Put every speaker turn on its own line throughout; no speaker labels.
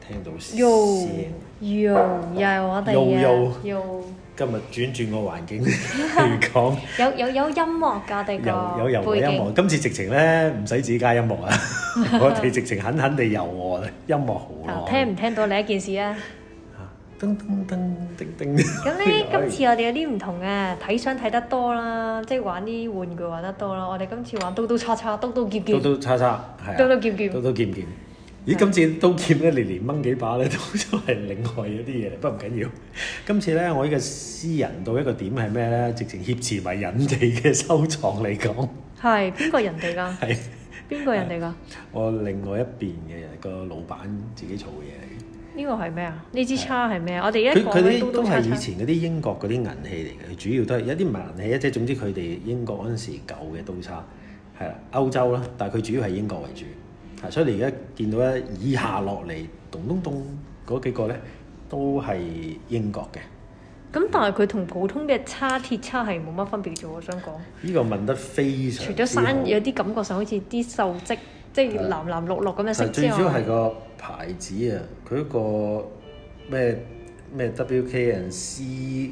聽到先。
Yo Yo 又係我哋
Yo
啊
Yo
Yo
今日轉轉個環境嚟講，
有有有音樂㗎，我哋
有有柔
個
和
背
音
景
樂。今次直情咧唔使自己加音樂 啊，我哋直情狠狠地柔和啦音樂好
啊
咯。
聽唔聽到你一件事啊？
噔噔噔叮叮。
咁咧，今次我哋有啲唔同啊，睇相睇得多啦，即係玩啲玩具玩得多啦。我哋今次玩刀刀叉叉、刀刀劍劍
哎刀、刀叉叉係啊。
刀刀劍劍啊
刀。刀劍劍。咦，今次刀劍咧，連連掹幾把咧，都都係另外一啲嘢嚟，不過唔緊要。今次咧，我呢個私人到一個點係咩咧？直情挾持埋人哋嘅收藏嚟講，
係邊個人 哋㗎？
係
邊個人哋㗎？
我另外一邊嘅人個老闆自己做嘅嘢
呢個係咩啊？呢支叉係咩啊？我
嚟
哋
嘅。
一
佢
講
佢
咧
啲
刀
都
刀叉
係以
叉。
前嗰啲英國嗰啲銀器嚟嘅，主要都係有啲唔係銀器啊，即係總之佢哋英國嗰陣時舊嘅刀叉係啦，歐洲啦，但係佢主要係英國為主，係所以你而家見到咧以下落嚟咚咚咚嗰幾個咧都係英國嘅。
咁但係佢同普通嘅叉鐵叉係冇乜分別嘅啫喎，我想講。
呢個問得非常
除
之
咗
好
山有啲感覺上好似啲鏽跡，即係
係
藍藍綠綠咁嘅色
係
之
最主要
外
係，個牌子啊，佢一個咩咩 WK and C，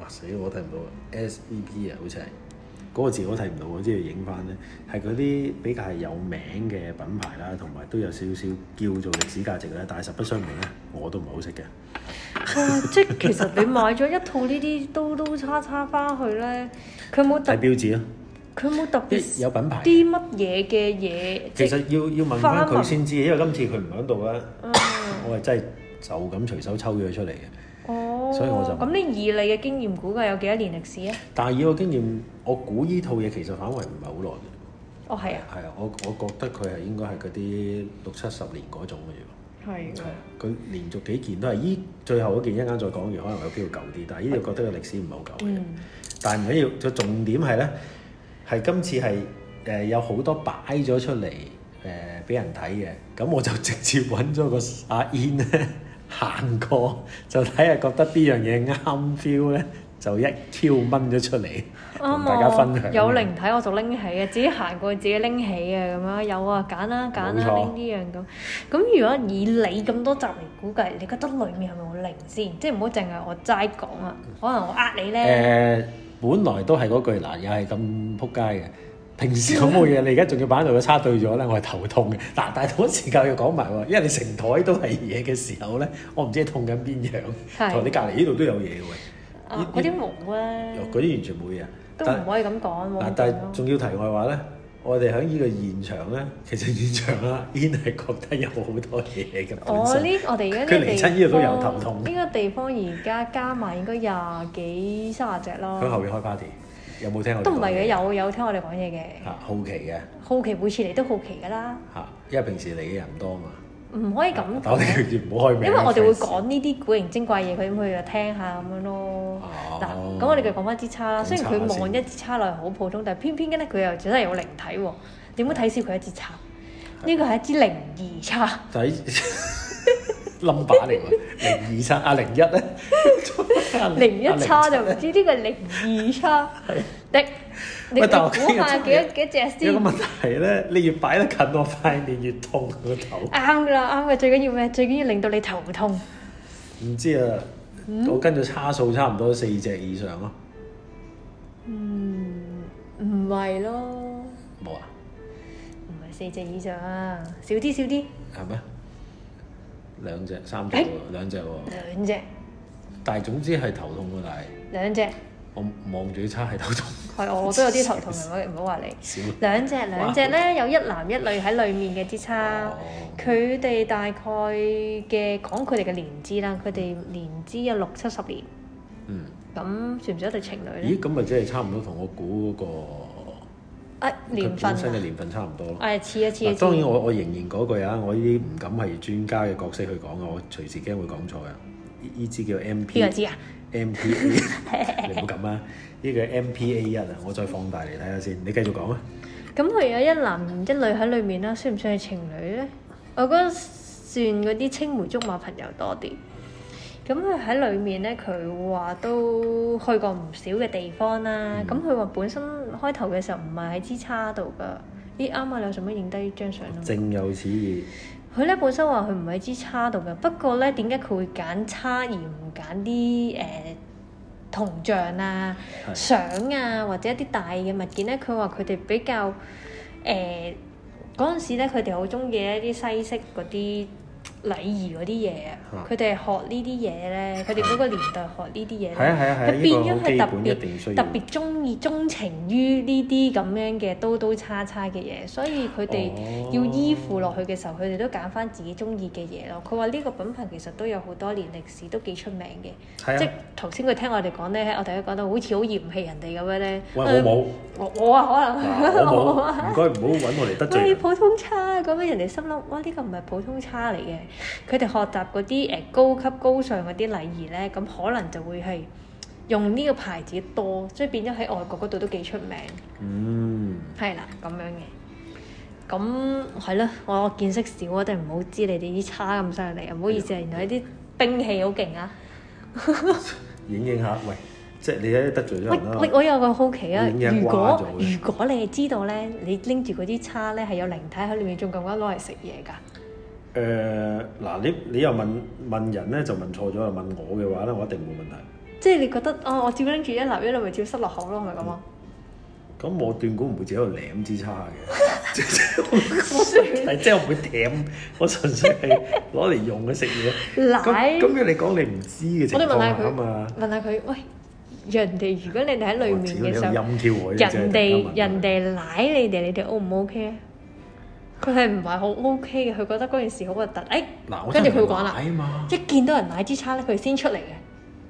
哇死我睇唔到啊，SVP 啊好似係嗰個字我睇唔到，我知要影翻咧，係嗰啲比較係有名嘅品牌啦，同埋都有少少叫做歷史價值啦，但係實不相瞞咧，我都唔係好識嘅。
哇！即係其實你買咗一套呢啲 刀刀叉叉翻去咧，佢冇特
睇標誌啊，
佢冇特別
有品牌。
啲乜嘢嘅嘢，
其
即
實
係
要要問翻佢先知，因為今次佢唔喺度咧，我係真係就咁隨手抽咗佢出嚟嘅。
哦。
所以我就
咁你以你嘅經驗估計有幾多年歷史啊？
但係以我經驗，我估依套嘢其實反為唔係好耐嘅，
哦，係啊，
係啊，我我覺得佢係應該係嗰啲六七十年嗰種嘅
係
啫喎，
啊
係啊佢連續幾件都係依最後嗰件一間再講完，可能有機會舊啲，但係呢個覺得個歷史唔係好舊嘅，
嗯，
但係唔緊要，個重點係咧係今次係誒、呃有好多擺咗出嚟誒俾人睇嘅，咁我就直接揾咗個阿 In 咧行過，就睇下覺得呢樣嘢啱 feel 咧，就一 Q 掹咗出嚟。同大家分
啱啊
享
有靈體我就拎起啊，自己行過去自己拎起啊，咁樣有啊，揀啦揀啦，
冇錯
拎呢樣咁。咁如果以你咁多集嚟估計，你覺得裡面係咪有靈先？即係唔好淨係我齋講啊，可能我呃你
誒、
咧。
本來都係嗰句嗱，又係咁撲街嘅。平時我冇嘢，你而家仲要擺喺度嘅叉對咗咧，我係頭痛嘅。嗱，但係同一時間又講埋喎，因為你成台都係嘢嘅時候咧，我唔知你痛緊邊樣。
係
同你隔離呢度都有嘢嘅喂，
啊，嗰啲冇
哦
咧，
嗰啲完全冇嘢啊。
都
但
唔可以咁講喎。
嗱，但係仲要題外話咧，我哋喺呢 個現場咧，其實現場啊，已經係覺得有好多嘢嘅。本
我
身
哦呢，我哋
佢
而家呢個
嚟
地
親
方，
呢度都有頭痛
呢個地方而家加埋應該廿幾三十隻
佢後
咯，
邊開 party，有冇聽我哋
都唔
講
係嘅，
嘢
有有聽我哋講嘢嘅，
嚇好奇嘅
好奇每次嚟都好奇㗎啦，
嚇，因為平時嚟嘅人唔多嘛。
唔可以咁
但我哋
講，啊
決定唔好開名。
因為我哋會講呢啲古靈精怪嘢，佢咁佢就聽下咁樣咯。嗱，咁我哋就講翻支叉啦。
講
雖然
哦叉
佢
先
望一支叉落係好普通，但係偏偏咧佢又真係有靈體喎。點會睇小佢一支叉？呢個係一支靈異叉。
睇 number 嚟喎，零二三啊零一咧， 啊
零一叉就唔知呢個零二叉。你你你
喂但我
估下有幾多幾多隻
有
先
個？問題咧，你越擺得近我塊面越痛個頭。
啱噶啦，啱嘅。最緊要咩？最緊要令到你頭痛。
唔知啊，我跟咗叉數差唔多四隻以上咯，
嗯，唔係咯，唔
冇啊，
係四隻以上啊，少啲少啲，
係咩？兩隻、三隻
哎
喎，兩隻喎，
兩隻
但係總之係頭痛嘅，但係
兩隻。
我望住啲叉係頭痛
係我都有啲頭痛，唔好唔好話你。
少。
兩隻兩隻咧，有一男一女喺裡面嘅之差
哦，
佢哋大概嘅講佢哋嘅年資啦，佢哋年資有六七十年，
嗯，
咁算唔算一對情侶咧
咦？咁咪即係差唔多同我估嗰個。
啊，年
佢
份
本身嘅
啊，
年份差唔多咯。
誒似啊似啊
嗱，
似。
當然我我仍然嗰句啊，我呢啲唔敢係專家嘅角色去講嘅，我隨時驚會講錯嘅。呢呢支叫 M
邊
P
個知啊？
M P A，你唔好咁啊！呢個 M P A 一啊，我再放大嚟睇下先。你繼續講啊！
咁佢有一男一女喺裡面啦，算唔算係情侶咧？我覺得算嗰啲青梅竹馬朋友多啲。咁佢喺裡面咧，佢話都去過唔少嘅地方啦。咁佢話本身開頭嘅時候唔係喺支叉度㗎。咦啱啊！你有做乜影低張相啊？
正有此意，
佢咧本身話佢唔係支叉度嘅，不過咧點解佢會揀叉而唔揀啲誒銅像啊、
係
相啊或者一啲大嘅物件咧？佢話佢哋比較誒嗰陣時咧，佢哋好中意一啲西式嗰啲禮儀嗰啲嘢啊
啊，
佢哋係學呢啲嘢咧，佢哋嗰個年代學呢啲嘢咧。
係啊係啊係啊，
佢
呢
變
個
咗
好
係
基
特
本一定需
別
要
特。別中意鍾情於呢啲咁樣嘅刀刀叉叉嘅嘢，所以佢哋
哦
要依附落去嘅時候，佢哋都揀翻自己中意嘅嘢咯。佢話呢個品牌其實都有好多年歷史，都幾出名嘅。
係
即係
啊，
頭先佢聽我哋講咧，我哋都講到好似好嫌棄人哋咁樣咧。
喂
誒
我
我我啊，
冇，
可能
嗱我冇，唔該唔好揾我嚟得罪
喂，
人。
普通叉咁樣，人哋心諗哇呢、個唔係普通叉嚟嘅，佢哋學習嗰啲誒高級高尚嗰啲禮儀咧，咁可能就會係用呢個牌子多，所以變咗喺外國嗰度都幾出名，
嗯，
係啦咁樣嘅。咁係咯，我見識少，我哋唔好知你哋啲叉咁犀利啊！唔好意思啊，原來呢啲兵器好勁啊！
影影下，喂，即係你一得罪咗
喂
人啦。啊
喂，我有個好奇啊，
已經
如
瓜
果
咗嘅
如果你係知道咧，你拎住嗰啲叉咧係有靈體喺裏面，仲咁啱攞嚟食嘢㗎？
誒嗱、你你又問問人咧就問錯咗啦，問我嘅話咧，我一定冇問題。
即係你覺得哦，我照拎住一粒一粒咪照塞落口咯，係咪咁啊？
咁我斷估唔會自己喺度舐支叉 嘅， 即係係即係我唔會舐，我純粹係攞嚟用嘅食嘢。
奶
咁咁嘅你講你唔知嘅情
我哋問
況
下
下
佢
嘛，，
問下佢，喂，人哋如果你哋喺裏面嘅時候，
陰跳我啫
人哋人哋奶你哋，你哋 O 唔 O K 啊？佢係唔係好 O K 嘅？佢覺得嗰件事好核突，誒
嗱，我，
跟住佢
講
講啦，
啊嘛，
一見到人奶支叉咧，佢先出嚟嘅，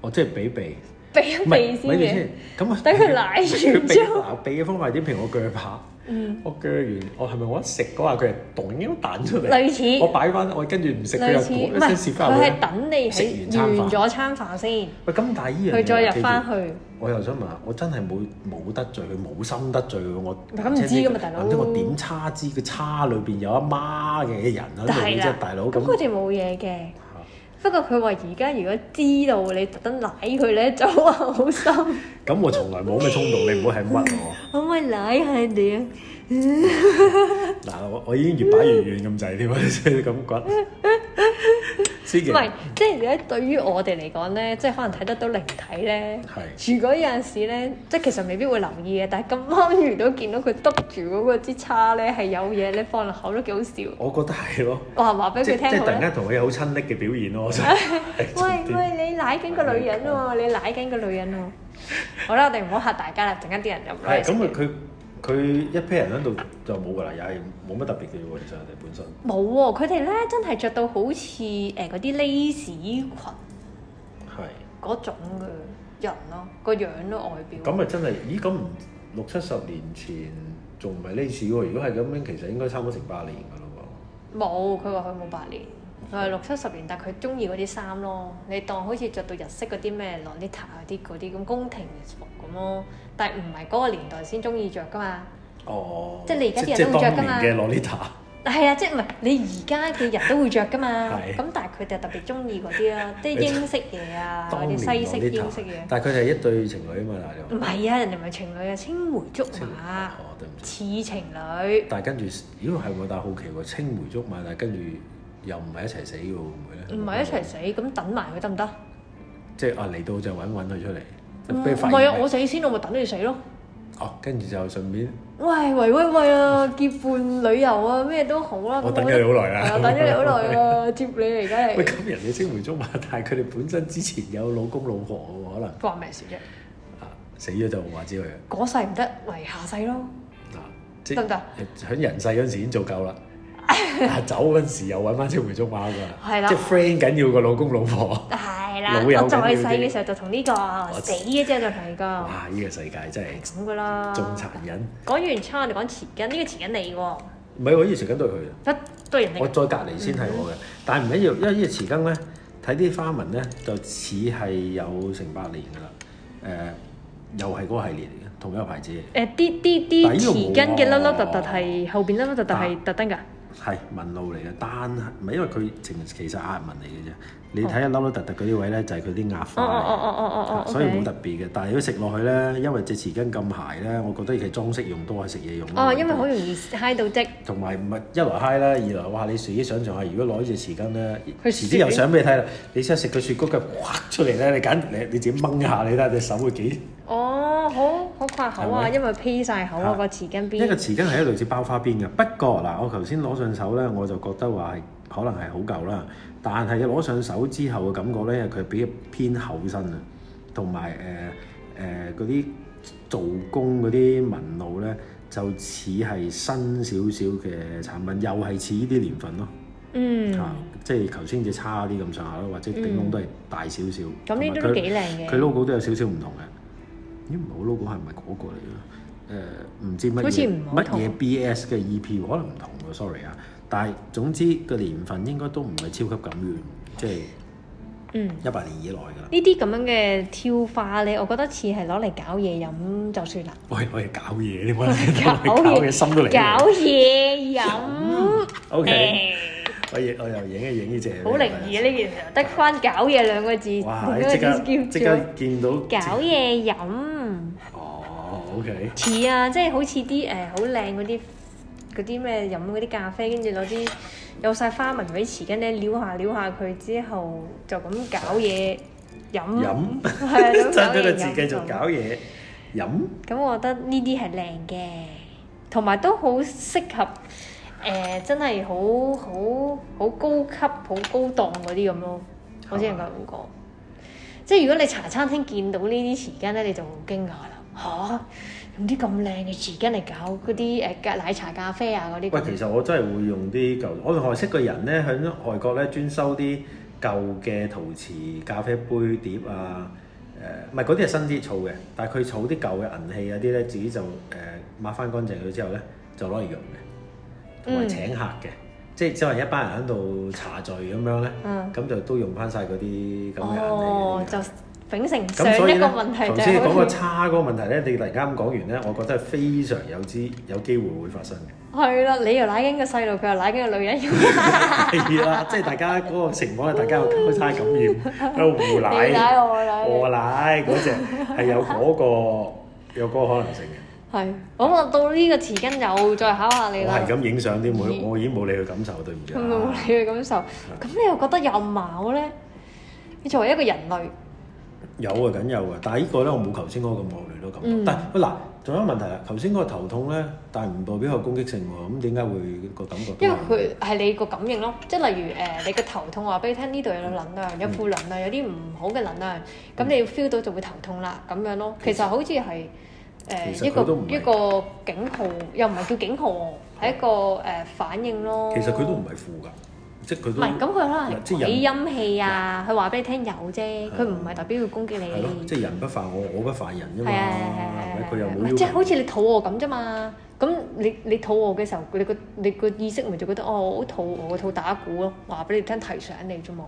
我即係俾避。
避一
唔係，
避
咪住先
先嘅。。
咁啊，
等佢舐完之後
佢避嗱避嘅方法點？譬如我鋸扒，
嗯
我鋸完，我係咪我一食嗰下佢係咚一彈出嚟？
類似
我擺翻，我跟住唔食佢
類
又
似，唔
咕一
係
聲試翻
佢
佢
係。等你喺
食完餐飯
完咗餐飯先，
喂，咁但係依樣嘢
佢再入翻
記住
去。
我又想問下，我真係冇冇得罪佢，冇心得罪佢，我
咁唔知㗎嘛大佬
或者我點叉知佢叉裏邊有一孖嘅人喺度
係
啫
啦，，
大佬
咁佢
咁。啊
哋冇嘢嘅。不過佢話而家如果知道你特登舐佢咧，就話好心，
咁我從來冇咩衝動，你唔好係 咁屈我。
可唔可以舐下你啊？
嗱，我我已經越擺越遠咁滯添啊！即係咁骨。思
唔
傑
係，即係如果對於我哋嚟講咧，即係可能睇得到靈體咧。
係
如果有陣時咧，即係其實未必會留意嘅，但係咁啱遇到見到佢篤住嗰個支叉咧係有嘢咧放落口都幾好笑。
我覺得係咯。
我話話俾
即
佢
即係
聽
突
好
然
咧。
間同佢有好親昵嘅表現咯，我真係
喂喂，你舐緊個女人喎、你舐緊個女人喎、好啦，我哋唔好嚇大家啦，陣間啲人入嚟
係
食嘢。
咁啊！佢佢一 pair 人喺度就冇㗎啦，又係冇乜特別嘅喎，其實人哋本身
冇喎、佢哋咧真係着到好似誒嗰啲 lace 裙
係
嗰種嘅人咯，個樣咯，外表。
咁啊！真係咦咁唔六七十年前仲唔係呢次喎？如果係咁樣，其實應該差唔多成八年㗎咯
冇，佢話佢冇八年，佢係六七十年，但佢中意嗰啲衫咯。你當好似着到日式嗰啲咩 Lolita 嗰啲嗰啲咁宮廷服咁咯，但係唔係嗰個年代先中意着噶嘛？
喎。哦，
即係你而家啲人
即
都唔着㗎
當
嘛
年嘅 Lolita
係啊，即係唔係你而家嘅人都會着噶嘛？
係
咁但係佢哋特別中意嗰 啲啦，即係英式嘢啊，嗰
當
啲
年
西式、英式
Lolita，
嘢。
但係佢哋係一對情侶啊嘛，嗱
唔係啊，人哋咪情侶啊，青梅竹馬，
哦對唔住，
似情侶，
但係跟住咦係喎，但係好奇喎，青梅竹馬，但係跟住又唔係一齊死嘅喎，會唔會咧？
唔係一齊死，咁等埋佢得唔得？
即係啊嚟到就揾揾佢出
唔
嚟，俾佢
唔
發
係
現
啊，我死先，我咪等你死咯。
哦，跟住就順便
喂喂喂喂啊，結伴旅遊啊，咩都好啦。咁
我等
覺
咗
得
你好耐啦
係啊， 等咗你好耐啊，接你嚟梗
喂
係。
咁人哋青梅竹馬，但係佢哋本身之前有老公老婆嘅喎，可能
關咩事啫？
啊死咗就話之佢
嗰世唔得，咪下世咯。
啊，即
得唔得
喺人世嗰陣時已經做 夠啦，啊走嗰陣時又揾翻青梅竹馬㗎啦，
係啦
即係 friend 緊要過老公老婆。
係啦，
老友
我
緊
在
要
世
啲
嘅時候就同呢個，死嘅啫就同呢個，
哇！呢、個世界真係
咁噶啦。
仲殘忍，
講完餐我哋講匙羹，呢個匙羹你喎，
唔係我呢條匙羹都係佢嘅，
得都係人
我
哋。
再隔離先係
嗯
我嘅，但係唔緊要，因為呢個匙羹咧睇啲花紋咧就似係有成百年㗎啦，誒、又係嗰個系列嚟嘅，同一個牌子嚟嘅。
誒啲啲
但係呢個冇
啲匙羹嘅
喎
粒粒突突係後邊粒粒突突係特登㗎，
係紋路嚟嘅，但係唔係因為佢其其實壓紋嚟嘅啫。你睇下凹凹凸凸嗰啲位咧，就係佢啲壓
哦
花
哦
嚟嘅
哦哦哦
啊
哦，
所以
OK
冇特別嘅。但係如果食落去咧，因為隻匙羹咁鞋咧，我覺得其實裝飾用多係食嘢用咯。
哦，因為好容易揩到積，
同埋唔係一來嗨啦，二來哇！你自己想象下，如果攞住隻匙羹咧，
佢
遲啲又想俾你睇啦。你想食個雪糕嘅，哇出嚟咧，你簡你你自己掹下，你睇下隻手會幾？
哦，好好掛口
係
啊，
咪
因為披晒口啊
啊
個匙羹
一個
邊，
匙羹係一類似包花邊嘅，不過嗱，我頭先攞上手咧，我就覺得話係可能係好舊啦，但係攞上手之後嘅感覺咧，佢比偏厚身啊，同埋誒誒嗰啲做工嗰啲紋路咧，就似係新少少嘅產品，又係似呢啲年份咯。
嗯，
啊，即係頭先只差啲咁上下咯，或者頂籠都係大少少。
咁呢啲
同埋佢
都幾
佢
靚嘅，
logo 都有少少唔同嘅。咦，唔係好 logo 係咪嗰個嚟嘅？誒、唔知乜嘢
好似唔好
乜
同
嘢 BS 嘅 EP 可能唔同喎，sorry 啊。但係總之個年份應該都唔係超級感染，即係
嗯。
一百年以內㗎啦。
呢啲咁樣嘅挑花咧，我覺得似係攞嚟搞嘢飲就算啦。
喂，我哋搞嘢 添，我哋
搞
搞
嘢
嘢心都嚟嗯啦。
搞嘢飲
O K，
誒
我亦我又影一影呢只。
好靈啊異啊！呢件事，得翻搞嘢兩個字，
哇！
點
即刻
解
即
叫
刻
做
見到
搞嘢飲？
哦，O K。
似啊，即係好似啲誒好靚嗰啲嗰啲咩飲嗰啲咖啡，跟住攞啲有晒花紋嗰啲匙羹咧，撩下撩下佢之後就咁搞嘢飲。
飲
係 啊，咁
真
搞
係
嘢
佢自己
飲
繼續搞嘢飲，
咁我覺得呢啲係靚嘅，同埋都好適合誒、呃真係好好好高級、好高檔嗰啲咁咯。我只能夠咁講，即係如果你茶餐廳見到呢啲匙羹咧，你就好驚訝啦嚇、用啲咁靚嘅匙羹嚟搞嗰啲誒咖奶茶、咖啡啊嗰啲
喂，
咁。
其實我真係會用啲舊，我哋外識嘅人咧，喺外國咧專收啲舊嘅陶瓷咖啡杯碟啊，誒唔係嗰啲係新啲儲嘅，但係佢儲啲舊嘅銀器嗰啊啲咧，自己就誒、抹翻乾淨佢之後咧，就攞嚟用嘅，同埋
嗯
請客嘅，即係即係一班人喺度茶聚咁樣咧，
嗯，
咁就都用翻晒嗰啊啲咁嘅銀器
哦
嚟，嘅
就秉承上
咁所以
一個
咧，
問題
頭
就
先你
係
講
好
個
似
差嗰個問題咧，你突然間咁講完咧，我覺得係非常有之有機會會發生嘅。
係啦，你又奶緊個細路，佢又奶緊個女 人，
係啦，即係大家嗰個情況係大家有交叉 感染，有互
你奶
奶、
我奶
餓奶
你
嗰只係有嗰個有嗰個可能性嘅。
係，咁我到呢個匙羹又再考下你
我
啦
係，咁影相添，我我已經冇你去感受，對唔住
咁冇
啊。
你嘅感受。咁你又覺得有冇咧？你作為一個人類，
有啊，梗有啊，但係呢個咧我冇頭先嗰個咁惡劣咯感覺
嗯。
但係喂嗱，仲有一個問題啦，頭先嗰個頭痛咧，但係唔代表有攻擊性喎，咁點解會個感覺都
因為
係
佢係你個感應咯，即係例如誒，你個頭痛話俾你聽，呢度有能量，有負能量，有啲唔好嘅能量，咁你 feel 到就會頭痛啦，咁樣咯。其實好似係誒
其
一
實
個
佢都唔係
一個警號，又唔係叫警號喎，係一個誒反應咯。
其實佢都唔係負㗎，即係佢
唔
都
係，咁佢可能係
即係人
鬼陰氣啊，佢話俾你聽有啫，佢唔係代表要攻擊
係咯，
你。
即係人不犯我，我不犯人啫
係
嘛，
啊
係咪？佢
係
又
啊
冇
係
要
啊，
求
即係好似你肚餓咁啫嘛。咁你你肚餓嘅時候，你個你個意識咪就覺得哦，我好肚餓，個肚打鼓咯，話俾你聽提醒你啫嘛。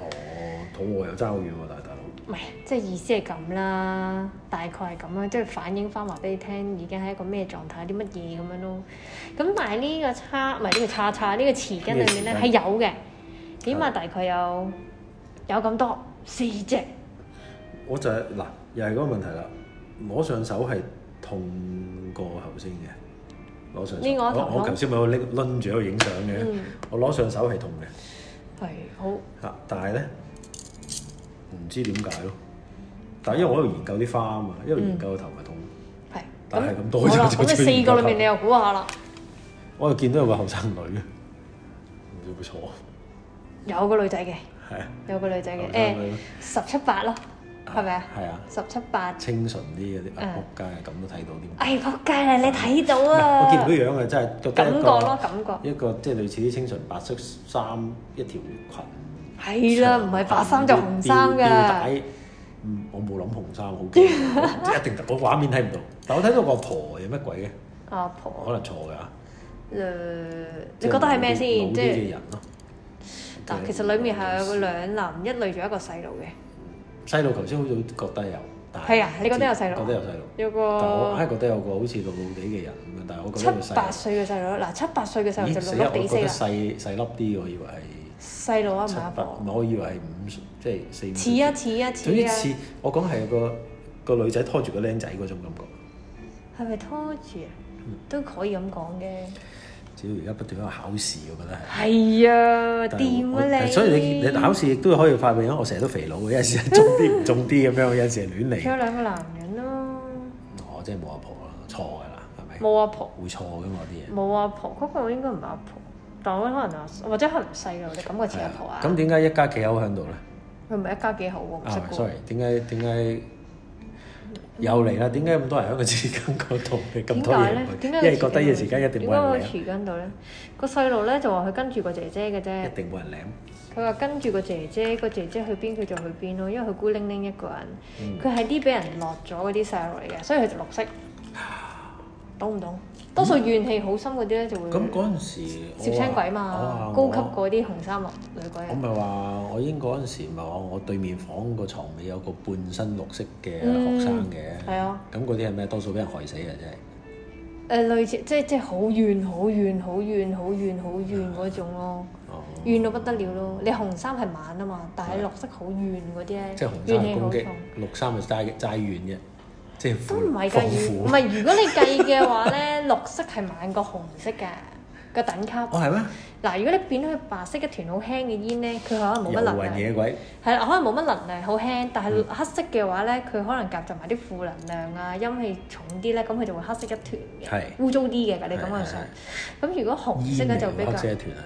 哦，肚餓又爭好遠喎，大大佬。
唔係，即係意思係咁啦，大概係咁啦，即係反映翻話俾你聽，而家係一個咩狀態，啲乜嘢咁樣咯。咁但係呢個叉，唔係呢個叉叉，呢、個匙羹裏面咧
呢
係
個匙
有嘅，起碼大概有有咁多四隻。
我就係嗱，又係嗰個問題啦。攞上手係痛過頭先嘅，攞上手。
呢個我
我
同
我頭先咪有拎攆住喺度影相嘅，
嗯，
我攞上手係痛嘅
係好。
嚇，但係咧唔知點解咯。但係因為我喺度研究啲花啊嘛，因為研究個頭咪痛。
係，
但係咁多
好啦，
就
咁你
就
四個裏面你又估下啦，
我又見到有個後生女嘅，唔知有冇錯，
有個女仔嘅，
係啊
有個女仔嘅，
後生
誒
女
十七八咯，係咪啊？
係啊。
十七八，
清純啲嗰啲
嗯
啊，仆街啊咁都睇到啲。
哎仆街啦！你睇到啊，
我見到樣啊，真係覺
感
得
覺
一
咯
個，
感覺，
一個即係類似啲清純白色衫一條裙。
係啦，唔係白衫就紅衫
吊
㗎，
帶，嗯，我冇諗紅衫，好 驚，一定我畫面睇唔到。但我睇到個婆有乜鬼嘅，
阿
可
婆，
能錯㗎。
誒，你覺得係咩先？
即
即
係老啲
係
嘅人咯。
嗱，其實裡面係有兩男一女仲有一個細路嘅，
細路頭先好似覺得有，但
係啊你覺得有細路啊
覺得有細路。
有
但我
個
硬係覺得有個好似老老地嘅人咁樣，但係我覺
七
得佢細。
八歲嘅細路，嗱七八歲嘅細路
咦
就
死
六
啦！
粒
我
地
覺
四啊
得
啦，
細細粒啲，我以為係
細路啊唔
七
係阿
八，
婆
唔，係我以為係五歲，即係四五歲
似啊似啊
總
似
之
啊，
似我講係有個個女仔拖住個僆仔嗰種感覺。
係咪拖住啊？
嗯
都可以咁講嘅，
只要而家不斷喺度考試，我覺得係。
係啊，
但係
掂
我但
啊
係
你，
所以你你考試亦都可以發明咯。我成日都肥佬嘅，有陣時中啲唔中啲咁樣，有陣時係亂
仲有
嚟。
兩個男人咯，
我真係冇阿婆啦，錯㗎啦，係咪？
冇阿婆，
會錯㗎嘛啲嘢。
冇阿婆，嗰個應該唔係阿婆，但我覺得可能阿或者可能細路，你感覺似
係
阿
啊
婆啊？
咁點解一家企喺香度咧？
佢唔係一家幾好喎，唔
啊
識估
，sorry，點解點解又嚟啦？點解咁多人喺個時間嗰度嘅咁
點
多
解
嘢
咧？點
去？
解
因為覺得呢個時間一定冇人
點解
領，
佢跟到咧？個細路咧就話佢跟住個姐姐嘅啫
一，定冇人領。
佢話跟住個姐姐，個姐姐去邊佢就去邊咯，因為佢孤零零一個人，
嗯
佢係啲俾人落咗嗰啲細路嚟嘅，所以佢就綠色，懂唔懂？多數怨氣好深嗰啲咧就會
咁嗰陣時，我
攝青鬼
話
嘛，高
我
級
話我
嗰啲紅衫綠女鬼
我
人，
咪話，我英嗰陣時咪話我對面房個床尾有個半身綠色嘅
嗯
學生嘅，
係啊，
咁嗰啲係咩？多數俾人害死嘅真係。
誒類似即係即係好怨、好怨、好怨、好怨、好怨嗰種咯。
哦，
怨到不得了咯！你紅衫係猛啊嘛，但係綠色好怨嗰啲咧
即係紅，衫係
怨氣
攻
好
擊
重。，
綠衫係齋齋怨嘅，即係
都
腐
唔係
防
㗎，如唔
腐。
係如果你計嘅話咧， 綠色係猛過紅色㗎個等級。
哦，係咩？
嗱，如果你變咗去白色一團好輕嘅煙咧，佢可能冇乜
遊
能
魂
量。
野鬼。
係啦，可能冇乜能量，好輕。但係黑色嘅話咧，佢可能夾雜埋啲負能量啊、陰氣重啲咧，咁佢就會黑色一團
係
嘅，污糟啲嘅㗎。你咁
係
樣
係
想
係，
咁如果紅色咧就比較
黑色一團啊，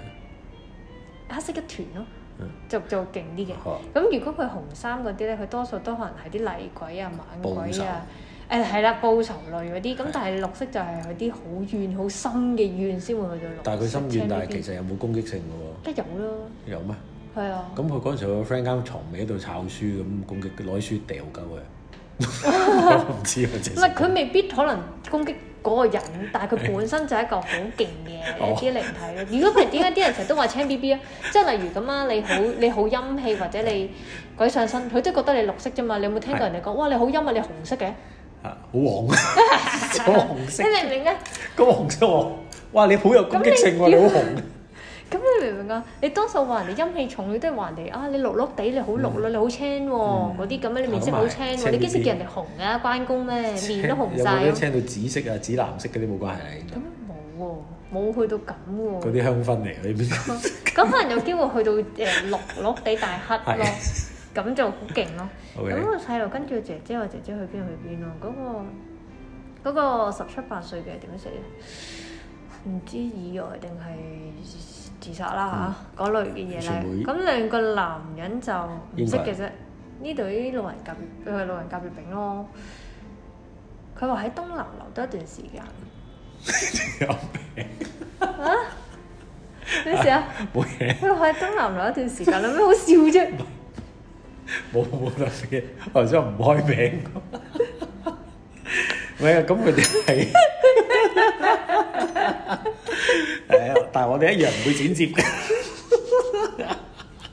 黑色一團咯
嗯，
就就勁啲嘅。
哦
咁如果佢紅衫嗰啲咧，佢多數都可能係啲厲鬼啊、猛鬼
報仇
啊，誒係啦，報仇類嗰啲。咁
係
但係綠色就係佢啲好怨、好深嘅怨先會去到綠色。
但係佢心軟，但係其
實
實有冇攻擊性嘅
梗係有咯，
喎？有咩？
係啊，
咁佢嗰陣時，佢 friend 間床尾喺度抄書咁攻擊，攞書掉鳩佢。 我唔知啊，其實
唔係佢未必可能攻擊嗰個人，但係佢本身就係一個好勁嘅
哦
啲靈體咯。如果唔係點解啲人成日都話青 B B 啊？即係例如咁啊，你好你好陰氣或者你鬼上身，佢都覺得你綠色啫嘛。你有冇聽過人哋講哇你好陰啊，你紅色嘅？
啊 好黃，好紅
你
色，
明唔明啊？
個紅色喎。哇，你好有攻擊性喎，你好紅。
咁你明唔明啊？你多數話人哋陰氣重，你都係話人哋啊，你綠綠地，你好綠啦，你好青喎，嗰啲咁樣，你面色好青
咁
喎，
咪
你幾時見人哋紅啊？關公咩？面都紅
有冇
晒
啲
咁，
青到紫色啊、紫藍色嗰啲冇關係啦，應
咁
該
冇喎，冇去到咁
嗰
喎。
啲香薰嚟嘅，你 知唔知
咁可能有機會去到誒綠綠地大黑咯
係，
咁就好勁咯。
？OK，
咁個細路跟住姐姐話姐姐去邊去邊咯，嗰、個嗰、個十七八歲嘅點死咧？唔知意外定係自殺啦
嗯
嚇，嗰、類嘅嘢
全部
咧。咁兩個男人就唔識嘅啫，呢度啲老人甲乙，佢係老人甲乙丙咯。佢話喺東南留多一段時間，
有
啊咩事啊？
冇嘢，
佢話喺東南留一段時間，有咩好笑啫？
冇冇特別，我頭先話唔開名。唔係啊，咁佢哋係誒，但係我哋一樣唔會剪接嘅。咁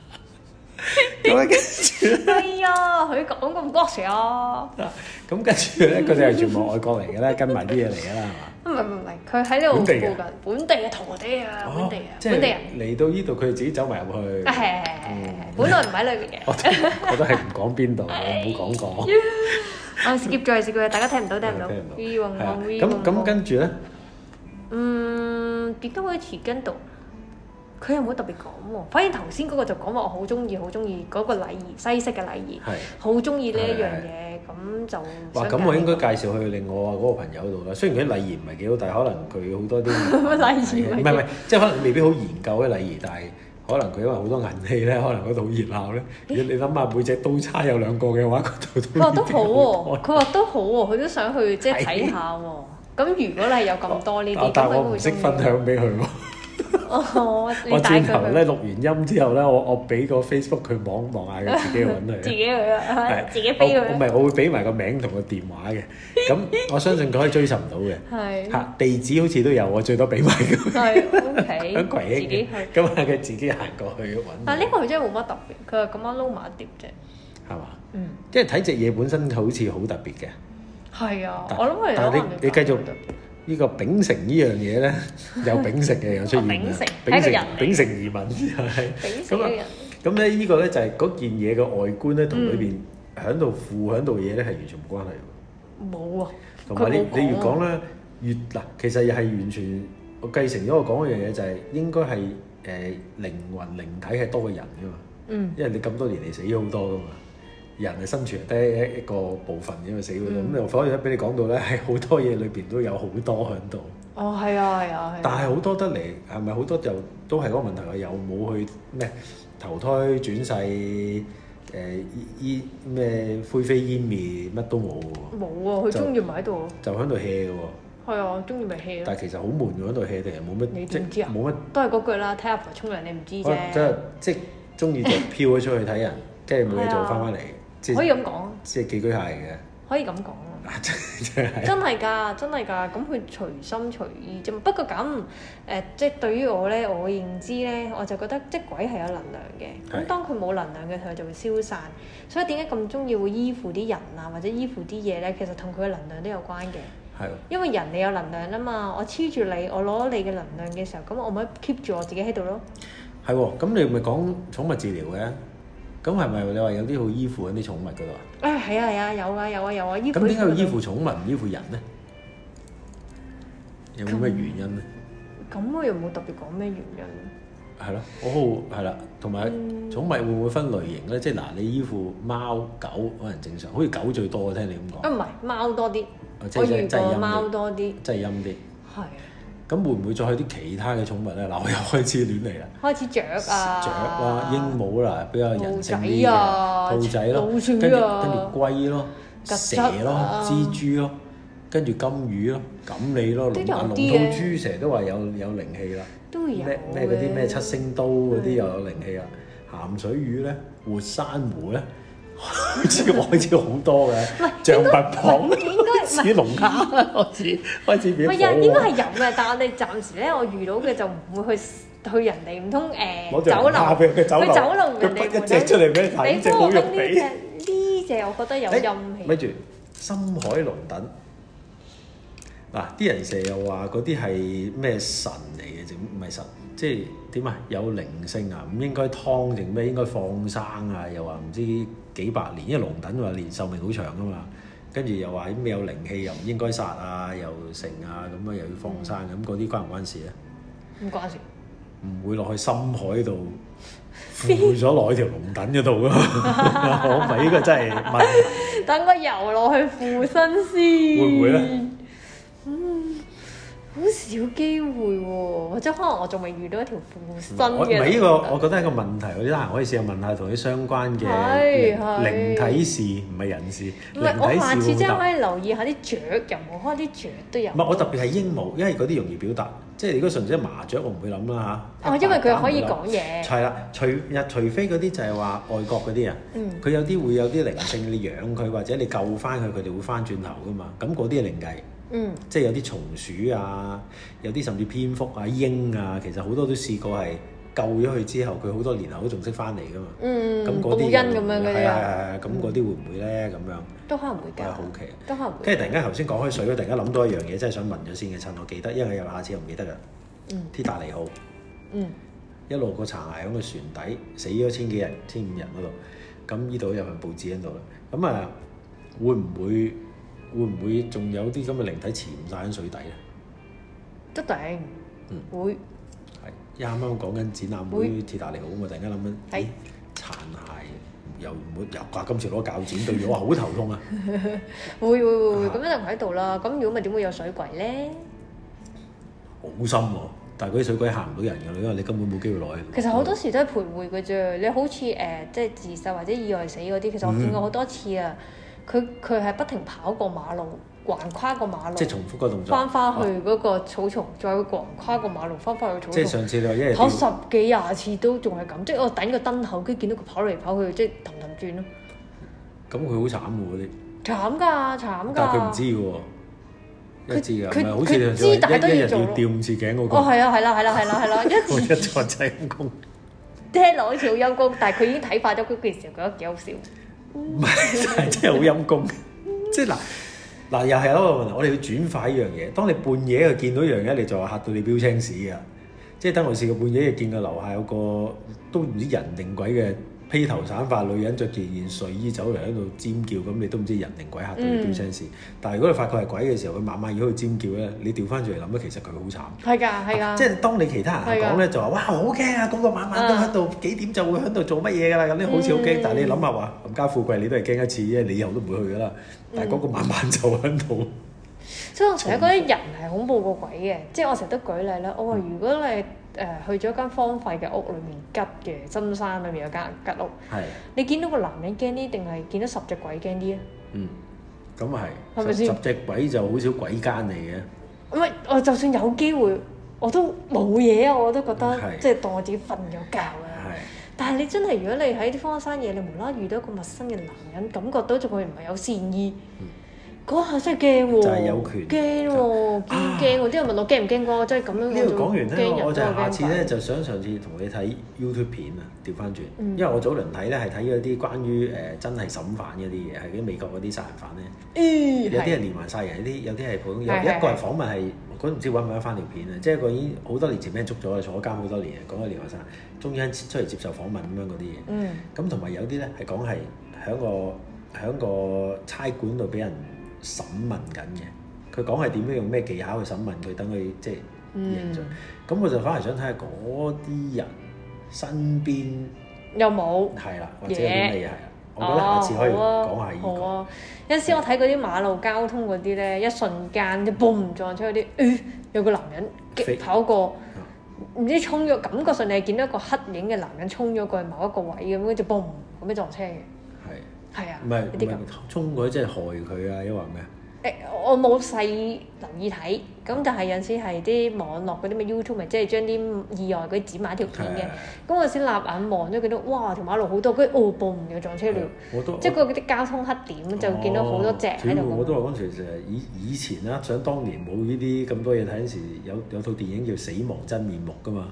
跟住咧。
係啊，佢講咁多事啊！
咁跟住咧，佢哋係全部外國嚟嘅咧，跟埋啲嘢嚟嘅啦，係嘛？
唔係唔係，佢喺呢度
本地嘅
報緊本地嘅徒弟啊，本地啊，
即係
本地人
嚟到呢度，佢哋自己走埋入去
啊，。係係係係，本來唔喺裏面
我
嘅。
都我都係唔講邊度，我冇講過。
我 skip 咗，skip 咗，大家聽唔到，聽唔到。
聽唔到
V 運
係啊
動，V
咁咁跟住咧，
嗯，點解會遲跟到？佢又冇特別講喎，反而頭先嗰個就講話我好中意，好中意嗰個禮儀，西式嘅禮儀，
係
好中意呢一樣
係
嘢，咁就
哇！
想
咁我
揀
應該
呢個
介紹去另我嗰個朋友度啦。雖然佢啲禮儀唔係幾好，但係可能佢好多啲
禮儀
唔
唔係
係唔係，即係可能未必好研究嘅禮儀，但係可能佢因為好多銀器咧， 可能嗰度好熱鬧咧。你你諗下，每隻刀叉有兩個嘅話，嗰度
佢話都好
多
喎，佢話都好喎，佢都想去即係睇下喎。咁如果你係有咁多呢啲，
但係
咁佢
我唔
會
識
中意
分享俾佢喎。
哦，你
我
帶
轉
佢
頭
去
咧錄完音之後咧，我我俾個 Facebook 佢望望下佢自己去揾
自
佢。
己去啊，
係
自己飛去
我我唔
啊。
係，我會俾埋個名同個電話嘅。咁我相信佢可以追尋到 嘅。
係
嚇，地址好似都有，我最多俾埋佢。
係 OK，
喺葵
自己
興啊
去。
嘅，咁啊佢自己行過去揾。
但呢個佢真係冇乜特別，佢係咁啱撈埋一碟啫。
係嘛？
嗯，
即係睇隻嘢本身好似好特別嘅，
係啊，
但
我諗佢
但係你
可能
你繼續
搞到
呢個秉承呢樣嘢咧，有秉承嘅有出現
哦秉承
嘅，
係一個人嚟
秉承移民又係。
俾死嘅人，
咁咧呢個咧就係嗰件嘢嘅外觀咧，同裏
嗯
邊響度附響度嘢咧係完全冇關係喎。
冇啊，
同埋你
佢冇
你越
講
講咧越嗱，其實又係完全我繼承咗我講嗰樣嘢，就係應該係誒靈魂靈體係多過人噶嘛，
嗯
因為你咁多年嚟死咗好多噶嘛。人係生存得一一個部分因為死咗好多，
嗯
咁又所以咧俾你講到咧，係好多嘢裏邊都有好多響度。
哦係啊係啊係啊，
但係好多得嚟，係咪好多就都係嗰個問題啊？有冇去咩投胎轉世？誒依咩灰飛煙滅乜都冇嘅喎，
冇啊，佢
就
中意咪喺度咯，
就喺度 hea 嘅喎。
係啊，中意咪 hea
但
咯，
係其實好悶嘅，喺度 hea 定係冇乜
你
即
點知啊
冇乜，
都係嗰句啦，睇阿婆沖涼你唔知
我即係
啫，
即係中 意就飄咗出去睇人，跟住冇嘢
係
做
啊
翻返嚟，即
可以
係
咁講，
即係寄居蟹嚟
可以咁講啊。
嘅，即係
真係㗎，真係㗎，咁佢隨心隨意啫嘛。不過咁誒、即係對於我咧，我認知咧，我就覺得即係鬼係有能量嘅。
係
咁當佢冇能量嘅時候，就會消散。所以點解咁中意會依附啲人啊，或者依附啲嘢咧？其實同佢嘅能量都有關嘅。
係
因為人你有能量啊嘛，我黐住你，我攞你嘅能量嘅時候，咁我咪 keep 住我自己喺度咯。
係喎。咁你咪講寵物治療嘅，咁係咪你話有啲好依附緊啲寵物嗰度啊？
誒係啊係啊，有啊有啊有啊，依附
咁點解要依附
附
寵物唔依附人呢？有冇咩原因呢？
咁我又冇特別講咩原因。
係咯，我好係啦，同埋
嗯
寵物會唔會分類型呢？即係嗱，你依附貓狗可能正常，好似狗最多嘅，聽你咁
啊
講，
唔係貓多啲，
啊即
我
係
遇
真係
過
陰
貓
啲
多啲，
真係陰啲。
係啊。
咁會唔會再去啲其他嘅寵物呢？嗱，我又開始亂嚟啦，
開始雀啊，
雀啦、鸚鵡啦，比較人性啲
兔仔啊
嘅，兔仔咯，
老
跟住
鼠啊
跟住龜咯、
曱
蛇
甴
咯
啊、
蜘蛛咯，跟住金魚咯、錦鯉咯、
都
龍
有
眼、龍
啲嘅
吐珠，成日都話有有靈氣啦。
都有
咩咩嗰啲咩七星刀嗰啲
嗯
又有靈氣啦，鹹水魚咧、活珊瑚 咧，好似開始好多嘅，象拔蚌
應該 唔係
似龍蝦開始開始
唔
變
係啊，
火
應該係
喎，
有嘅，但係我哋暫時咧，我遇到嘅就唔會去去人哋唔通
攞
誒
隻龍
酒
蝦俾
樓，
佢，佢酒樓
去酒樓
佢
人
滗
哋
一隻出嚟俾你睇，
你
隻
幫
冇
我
肉
拎呢
俾。
隻呢隻，我覺得有
誒咪
陰氣。
住深海龍躉嗱，啲人成日話嗰啲係咩神嚟嘅啫，唔係神，即係點啊？有靈性啊，唔應該劏定咩？應該放生啊？又話唔知幾百年，因為龍躉話年壽命好長啊嘛。跟住又話啲咩有靈氣又唔應該殺啊，又成啊，咁啊又要放生咁嗰啲關唔關事咧？
唔關事，
唔會落去深海度附咗落去條龍躉嗰度噶嘛？ 我咪呢個真係問題。
等我游落去附身先。
會唔會咧？
嗯，好少機會喎，或者可能我仲未遇到一條附身
我唔
嘅。
係呢個，我覺得係一個問題，我啲得閒可以試下問下同啲相關嘅
係
靈
係
靈體事，唔係人事。
唔係，我下
靈
次
體事
真
好答。
係可以留意下啲雀，又冇開啲雀都有。
唔係我特別係鸚鵡，因為嗰啲容易表達。即係如果純粹係麻雀，我唔會諗啦嚇。
哦，因為佢可以
一百
講嘢。
係啦，除日除非嗰啲就係話外國嗰啲人，
嗯
佢、有啲會有啲靈性，你養佢或者你救翻佢，佢哋會翻轉頭噶嘛。咁嗰啲係靈計，
嗯，
即係有啲松鼠啊，有啲甚至蝙蝠啊、鷹啊，其實好多都試過係救咗佢之後，佢好多年後都仲識翻嚟噶嘛。
嗯，
咁嗰
報
啲
恩
人
咁樣嗰
係
啲
啊係
啊，
啊係啊，咁嗰啲會唔會咧？咁樣
都可能會
我係
㗎
好，奇。
都可能會。
跟住突然間頭先講開水，我突然間諗到一樣嘢，真係想問咗先嘅，趁我記得，因為有下次又唔記得㗎。
嗯
鐵達尼號
嗯
一路個殘骸喺個船底死咗千幾人、千五人嗰度，咁呢度有份報紙喺度啦。咁啊，會唔會會唔會仲有啲咁嘅靈體潛晒喺水底咧？
都頂
嗯，
會
係，因為啱啱講緊展覽會
會
鐵達尼號啊嘛，突然間諗緊，
係
咦殘骸又唔會又掛今次攞鉸剪對住，哇好頭痛啊！
會會會
啊
咁一定喺度啦。咁如果咪點會有水鬼咧？
好深喎、但係嗰啲水鬼嚇唔到人㗎啦，因為你根本冇機會攞去。
其實好多時都係徘徊嘅啫。你好似誒、呃即係自殺或者意外死嗰啲，其實
嗯
我見過好多次啊。佢佢係不停跑過馬路，橫跨過馬
即係
路，
重複個動作。
翻翻去
哦
嗰個草叢，再橫跨過馬路，翻翻去草
即係
叢。
上次你話一日
跑
掉
十幾廿次都仲係咁，即係我等個燈口，跟住見到佢跑嚟跑去，即係氹氹轉咯。
咁佢好慘喎嗰啲，
慘㗎，慘㗎。
但係佢唔知喎。一知㗎，唔
佢
係好似上
佢
次話
知但係都
一一日
要
要
做咯
吊五次頸嗰個
哦，，係啊，係啦、係啦、係啦、係啦、一
我一
次
坐真係陰公。
聽落好似好陰公，但係佢已經睇化咗嗰件事，覺得幾好笑。
唔係就係真係好陰公，即係嗱嗱又係一個問題，我哋要轉化呢樣嘢。當你半夜又見到樣嘢，你就話嚇到你標青屎啊！即係等我試過半夜又見個樓下有個都唔知人定鬼嘅披頭散髮女人着件件睡衣走嚟喺度尖叫，咁你都唔知人定鬼嚇到你標青屎。但係如果你發覺係鬼嘅時候，佢晚晚要去尖叫咧，你調翻轉嚟諗咧，其實佢好慘。
係㗎，係㗎。
即係當你其他人
啊
講咧，就話哇好驚啊！嗰個晚晚都喺度幾點就會喺度做乜嘢㗎啦，咁你好似好
嗯
驚，但係你諗下話冚家富貴你都係驚一次啫，你以後都唔會去㗎啦。
嗯
但係嗰個晚晚就喺度，
所以我成日覺得人係恐怖過鬼嘅，即係我成日都舉例啦。我話如果你誒、呃去咗間荒廢嘅屋裏面吉嘅，針山裏面有間吉屋，
係
你見到個男人驚啲定係見到十隻鬼驚啲啊？
嗯，咁啊
係咪
係十
先
十隻鬼就好少鬼奸嚟嘅，
唔係，我就算有機會，我都冇嘢啊！我都覺得
係
即係當我自己瞓咗覺啊啦。
係
但係你真係如果你喺啲荒山野，你無啦啦遇到一個陌生嘅男人，感覺到仲佢唔係有善意，嗰下真係驚喎，
就嗯係有權
驚喎，
就啊
堅驚喎！啲人問我驚唔驚，我真係咁樣
呢度講完
我就驚
咧，
人
我就
我
下次
驚鬼
咧就想上次同你睇 YouTube 片啊，調翻轉，
嗯
因為我早輪睇咧係睇嗰啲關於誒真係審犯嗰啲嘢，係啲美國嗰啲殺人犯咧。
咦
有啲
係
係連環殺人，有啲有啲係普通，有
係係
一個係訪問係，嗰陣唔知揾唔揾翻條片啊，即係佢已經好多年前俾人捉咗啦，坐監好多年啊，講緊連環殺人，中間出嚟接受訪問咁樣嗰啲嘢。
嗯
咁同埋有啲咧係講係喺個喺個差館度俾人審問緊嘅，佢講係點樣用咩技巧去審問佢，等佢即係認罪
嗯。
咁、我就反而想睇下嗰啲人身邊
又冇。
係啦，或者有啲咩嘢係啦。我覺得下
哦
次可以
好啊
講下呢、
好
個。
啊，有陣時我睇嗰啲馬路交通嗰啲咧，一瞬間就 boom 撞出嗰啲，誒有個男人激
飛啊
跑過，唔知衝咗，感覺上你係見到一個黑影嘅男人衝咗過去某一個位咁，跟住 boom 咁樣撞車嘅，
係。
係啊，
唔係
有
唔
啲
係
咁。
衝佢即係害佢啊，抑或咩？
誒，我冇細留意睇，咁但係有陣時係啲網絡嗰啲咩 YouTube 咪即係將啲意外嗰啲剪埋一條片嘅，咁我先立眼望咗見到，哇條馬路好多，跟住哦 boom 又撞車了。
我都
即係嗰啲交通黑點就見到好多隻喺
哦哦屌我
度
都
咁。
話嗰陣時就係以以前啦，想當年冇呢啲咁多嘢睇嗰陣時，有有套電影叫《死亡真面目》噶嘛。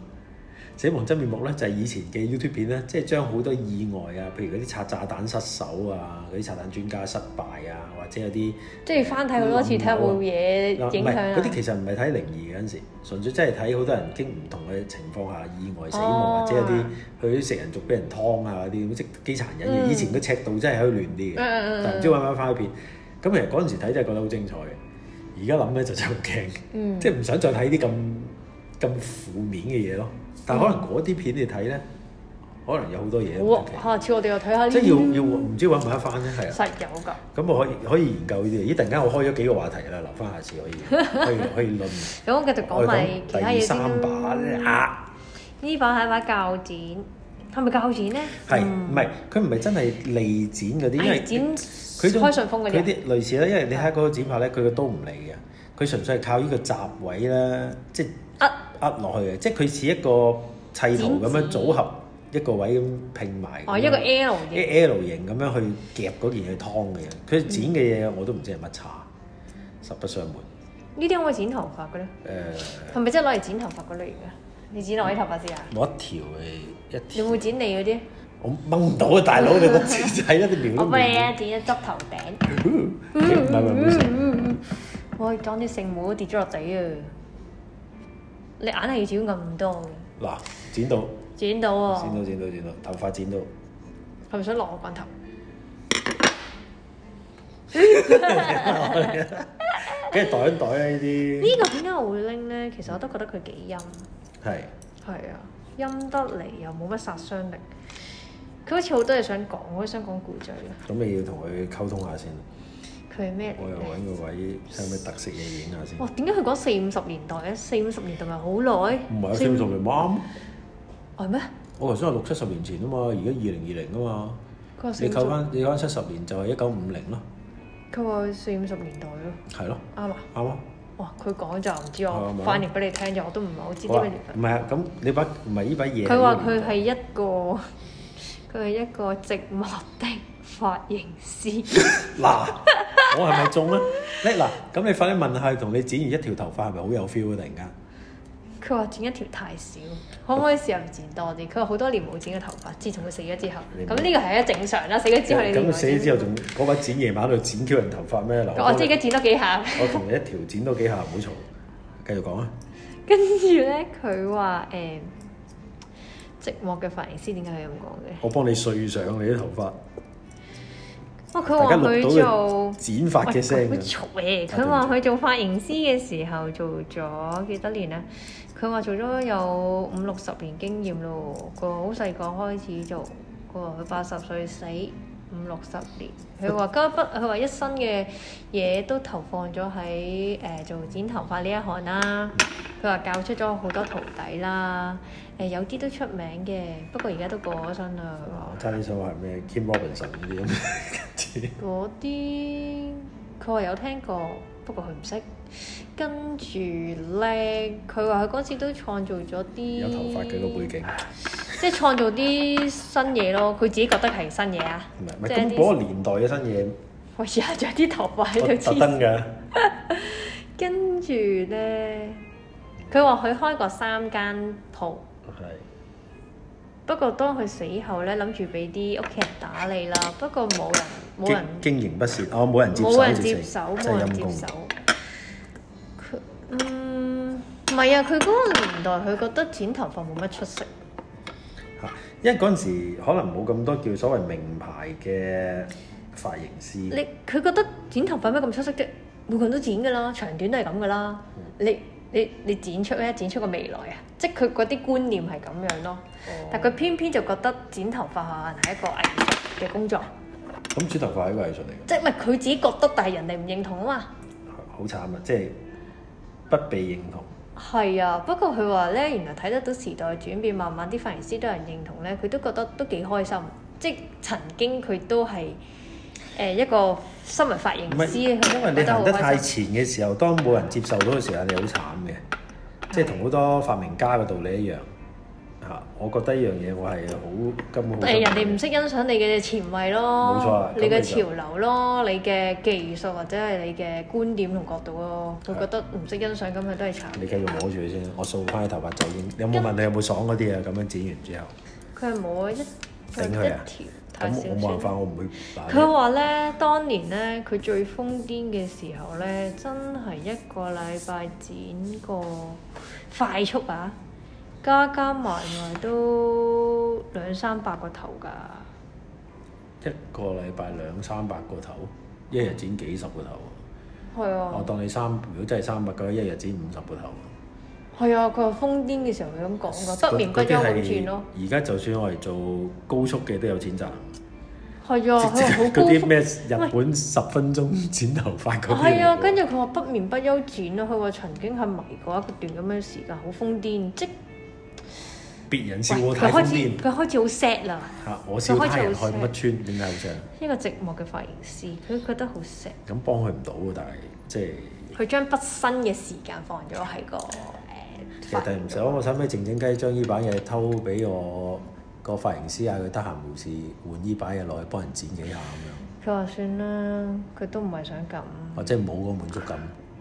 《死亡真面目》咧就係以前嘅 YouTube 片咧，即係將好多意外啊，譬如嗰啲拆炸彈失手啊，嗰啲拆彈專家失敗啊，或者有啲
即係翻睇好多次，睇下有冇嘢
嗯嗱
影
唔
響啊
係
啦
嗰啲，。其實唔係睇靈異嗰陣時，純粹真係睇好多人經唔同嘅情況下意外死亡，
哦
或者有啲去啲食人族俾人劏啊嗰啲，即係幾殘忍嘅。
嗯
以前個尺度真係可以亂啲嘅，
嗯嗯嗯
但係唔知揾唔揾翻片。咁其實嗰陣時睇真係覺得好精彩嘅，而家諗咧就真係好驚，
嗯
即係唔想再睇啲咁咁負面嘅嘢咯。但
嗯
係可能嗰啲片你睇咧，可能有好多嘢
好啊
唔出奇，
下次我哋又睇下呢
即係
啲
要要唔知揾唔揾翻咧，係啊。
實有㗎。
咁我可以可以研究呢啲嘢，咦！突然間我開咗幾個話題啦，留翻下次 可以可以可以論。
咁我繼續講
我
埋
哋
其他
講第
嘢
三
先
把啊
啦。
啦，
呢把係把鉸剪，係咪鉸剪咧？
係
嗯
唔係？佢唔係真係利剪嗰啲，因為
係剪
佢種
開順風
佢
嗰啲啊。
啲類似咧，因為你睇嗰個剪法咧，佢個刀唔利嘅，佢純粹係靠呢個閘位咧，即係
啊，
呃落去嘅，即係佢似一個砌圖咁樣
剪紙
組合一個位咁拼埋。
哦，一個 L
一
型。
L 型咁樣去夾嗰件去劏嘅嘢，佢剪嘅嘢我都唔知係乜叉，實不相瞞。
呢啲可唔可以剪頭髮嘅咧？
誒、
係咪真係攞嚟剪頭髮嗰類型啊？你剪我啲頭髮先啊？
攞一條嘅一
你
條，
會剪你嗰啲？
我掹唔到啊，大佬！你個字仔一定撩
我
都
幫你啊，剪一執頭頂。
唔到。唔係唔係
嗯
冇
Ừ.
事，
我係裝啲聖母都跌咗落地啊！你硬係要剪咁多嘅，
嗱剪到，
剪到啊！
剪到，剪到，剪到，頭髮剪到，
係咪想落我滾頭？
跟住袋一袋啊呢
呢
啲，
個點解我會拎咧？其實我都覺得佢幾陰，
係
係啊，陰得嚟又冇乜殺傷力。佢好似好多嘢想講，我都想講故仔啊！
咁你要同佢溝通下先。
佢係咩嚟
我又
嘅？
揾個位，使唔使特色嘢影下先？
哇！點解佢講四五十年代咧？四五十年代咪好耐？
唔係啊，四五十年啱。
哦係咩？
我頭先話六七十年前啊嘛，而家二零二零啊嘛。
佢話四
你
五
扣
十，
翻你扣翻七十年就係一九五零咯，
佢話四五十年代咯，
係咯，
啱啊！
啱啊。
哇！佢講就唔知
係
我
咪
翻譯俾你聽就我都唔係好知
好
啲
啊
咩年
唔。
份
係啊，咁你把唔係呢把嘢。
佢話佢係一個 佢係一個寂寞的髮型師，
嗱，我係咪中咧？咧嗱，咁你快啲問下，同你剪完一條頭髮係咪好有 feel 啊？突然間，
佢話剪一條太少，可唔可以試下剪多啲？佢話好多年冇剪過頭髮，自從佢死咗之後，
你
咁呢個係一正常啦。死咗之後你
咁
另
佢
外
死咗之後
剪
仲啊嗰把剪夜晚喺度剪 Q 人頭髮咩？劉
哦我即係而家剪多幾下。
我同你一條剪多幾下，唔好嘈，繼續講啊！
跟住咧，佢話誒寂寞嘅髮型師點解佢咁講嘅？
我幫你碎上你啲頭髮，
哦，佢
大
話
家錄
佢
到
做
佢。剪髮嘅聲
喂
啊
佢嘈嘅，
啊對唔
佢
住
話佢做髮型師嘅時候做咗幾多年啊？佢話做咗有五六十年經驗咯喎，佢話好細個開始做，佢話佢八十歲死五六十年，佢話家不，佢話一生嘅嘢都投放咗喺誒做剪頭髮呢一行啦。佢話教出咗好多徒弟啦，誒、有啲都出名嘅，不過而家都過咗身啦。佢話
我猜呢首係咩？Kim Robinson 嗰啲咁，
嗰啲佢話有聽過，不過佢唔識。跟住咧，佢話佢嗰次都創造咗啲
有頭髮嘅個背，景，
即係創造啲新嘢咯。佢自己覺得係新嘢啊，
唔係唔係
即係
咁
啲
嗰個年代嘅新嘢，
我日日着啲頭髮喺
我
度
特
黐。
登㗎。
跟住咧，佢話佢開過三間鋪，
係
不過當佢死後咧，諗住俾啲屋企人打理啦，不過冇人冇人
經經營不善，哦冇人接手，
冇人
直
接
情
手，
真
冇
係
人
陰
接
公。
手。佢嗯，唔係啊！佢嗰個年代，佢覺得剪頭髮冇乜出息。
嚇，因為嗰陣時可能冇咁多叫所謂名牌嘅髮型
你
師，
佢覺得剪頭髮有乜咁出息啫？每個人都剪㗎啦，長短都係咁㗎啦。你你你剪出咩？剪出個未來啊！即係佢嗰啲觀念係咁樣咯。
哦
但佢偏偏就覺得剪頭髮係一個藝術嘅工作，
咁剪頭髮係一個藝術嚟
即係唔係佢自己覺得，但係人哋唔認同啊嘛。
嘅，好慘啊！即係不被認同。
係啊，不過佢話咧，原來睇得到時代轉變，慢慢啲髮型師都有人認同咧，佢都覺得都幾開心。即係曾經佢都係誒、呃一個身為髮型
唔係，
師，佢
因為
覺
你
得好
行得太
開心。
前嘅時候，當冇人接受到嘅時候，你好慘嘅，即係同好多發明家嘅道理一樣嚇。我覺得一樣嘢，我係好根本好
誒、人哋唔識欣賞你嘅前衞
冇錯
咯
啊，
你
咁
嘅
你就
潮流咯，你嘅技術或者係你嘅觀點同角度咯，佢覺得唔識欣賞咁佢都係慘。
你繼續摸住佢先，我掃翻啲頭髮走先。你有冇問你有冇爽嗰啲啊？咁樣剪完之後，
佢係冇一佢
頂
一
佢啊
條太少
咁我冇辦
先
法，。我唔會打
佢
你。
話咧，當年咧，佢最瘋癲嘅時候咧，真係一個禮拜剪個快速啊，加加埋埋都兩三百個頭㗎。
一個禮拜兩三百個頭，一日剪幾十個頭。
係啊
我，當你三，如果真係三百個，一日剪五十個頭。
係啊，佢話瘋癲嘅時候佢咁講㗎，不眠不休
嗰
咁
啲係
轉咯。
而家就算我係做高速嘅都有錢賺。
係啊，佢話好高
嗰啲
風
咩日本十分鐘剪頭髮嗰啲嚟㗎。
係啊，跟住佢話不眠不休剪咯，佢話曾經係迷過一段咁嘅時間，好瘋癲，即
別人笑
喂
我
佢
太
開
瘋
始
癲
佢開始好 sad 啦。
嚇，我笑他人看不
佢
穿，點解好正？
一個寂寞嘅髮型師，佢覺得好 sad。
咁幫佢唔到喎，但係即係
佢將畢生嘅時間放咗喺個誒
其
髮
實唔使，我使唔使靜靜雞將呢把嘢偷俾我個髮型師啊？佢得閒無事換呢把嘢落去幫人剪幾下咁
佢話算啦，佢都唔係想咁，
樣，或者啊冇嗰個滿足感。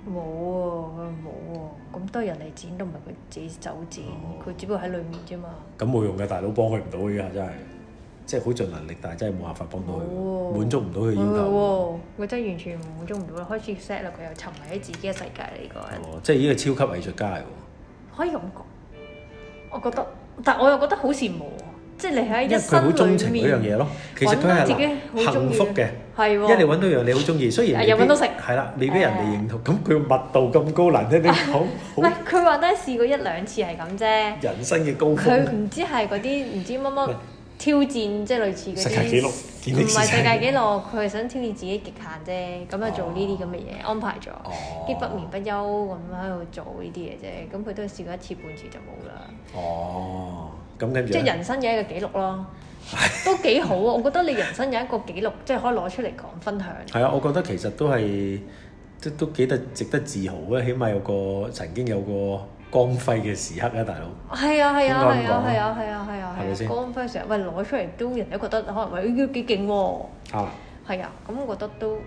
冇喎、佢話冇喎，咁多人嚟剪都唔係佢自己手剪，
哦
佢、只不過喺裏面啫嘛。
咁冇用嘅，大佬幫佢唔到嘅，依家真係即係好盡能力，但係真係冇辦法幫到
冇
佢，
喎
滿足唔到佢
冇
要求。
喎，佢真係完全滿足唔到啦，開始 set 啦，佢又沉迷喺自己嘅世界啦呢個人，
哦，即係呢個超級藝術家嚟喎。
可以咁講。我覺得，但我又覺得好羨慕喎，即係你喺
因
一
為佢好
生
鍾情
裏
嗰樣
面，
嘢咯，其實佢
搵到自
係
己好
幸
中意
福嘅，
係
因為你
喎，
揾到樣你好中意，雖然
又搵到食
係啦，未俾人哋認同，咁佢密度咁高，難 聽啲講，好
唔係佢話都係試過一兩次係咁啫。
人生嘅高
佢
峰，
唔知係嗰啲唔知乜乜挑戰，即係類似嗰啲
世界紀錄健力
唔
士
係世界紀錄，佢係想挑戰自己極限啫。咁就啊做呢啲咁嘅嘢，安排咗，
哦
跟住不眠不休咁喺度做呢啲嘢啫。咁佢都係試過一次半次就冇啦，
哦，咁跟住
即係
咧
人生嘅一個記錄咯， 都幾好啊！我覺得你人生有一個記錄，即係可以攞出嚟講分享。
係啊，我覺得其實都係都都幾得值得自豪啊，起碼有個曾經有個光輝嘅時刻啊，大佬。
係啊係啊
應
係
該咁
啊
講
係啊係啊係啊
係咪
係
先
啊！光輝成日喂攞出嚟都人都覺得可能喂呢個幾勁喎。
啊，
係啊，咁我覺得都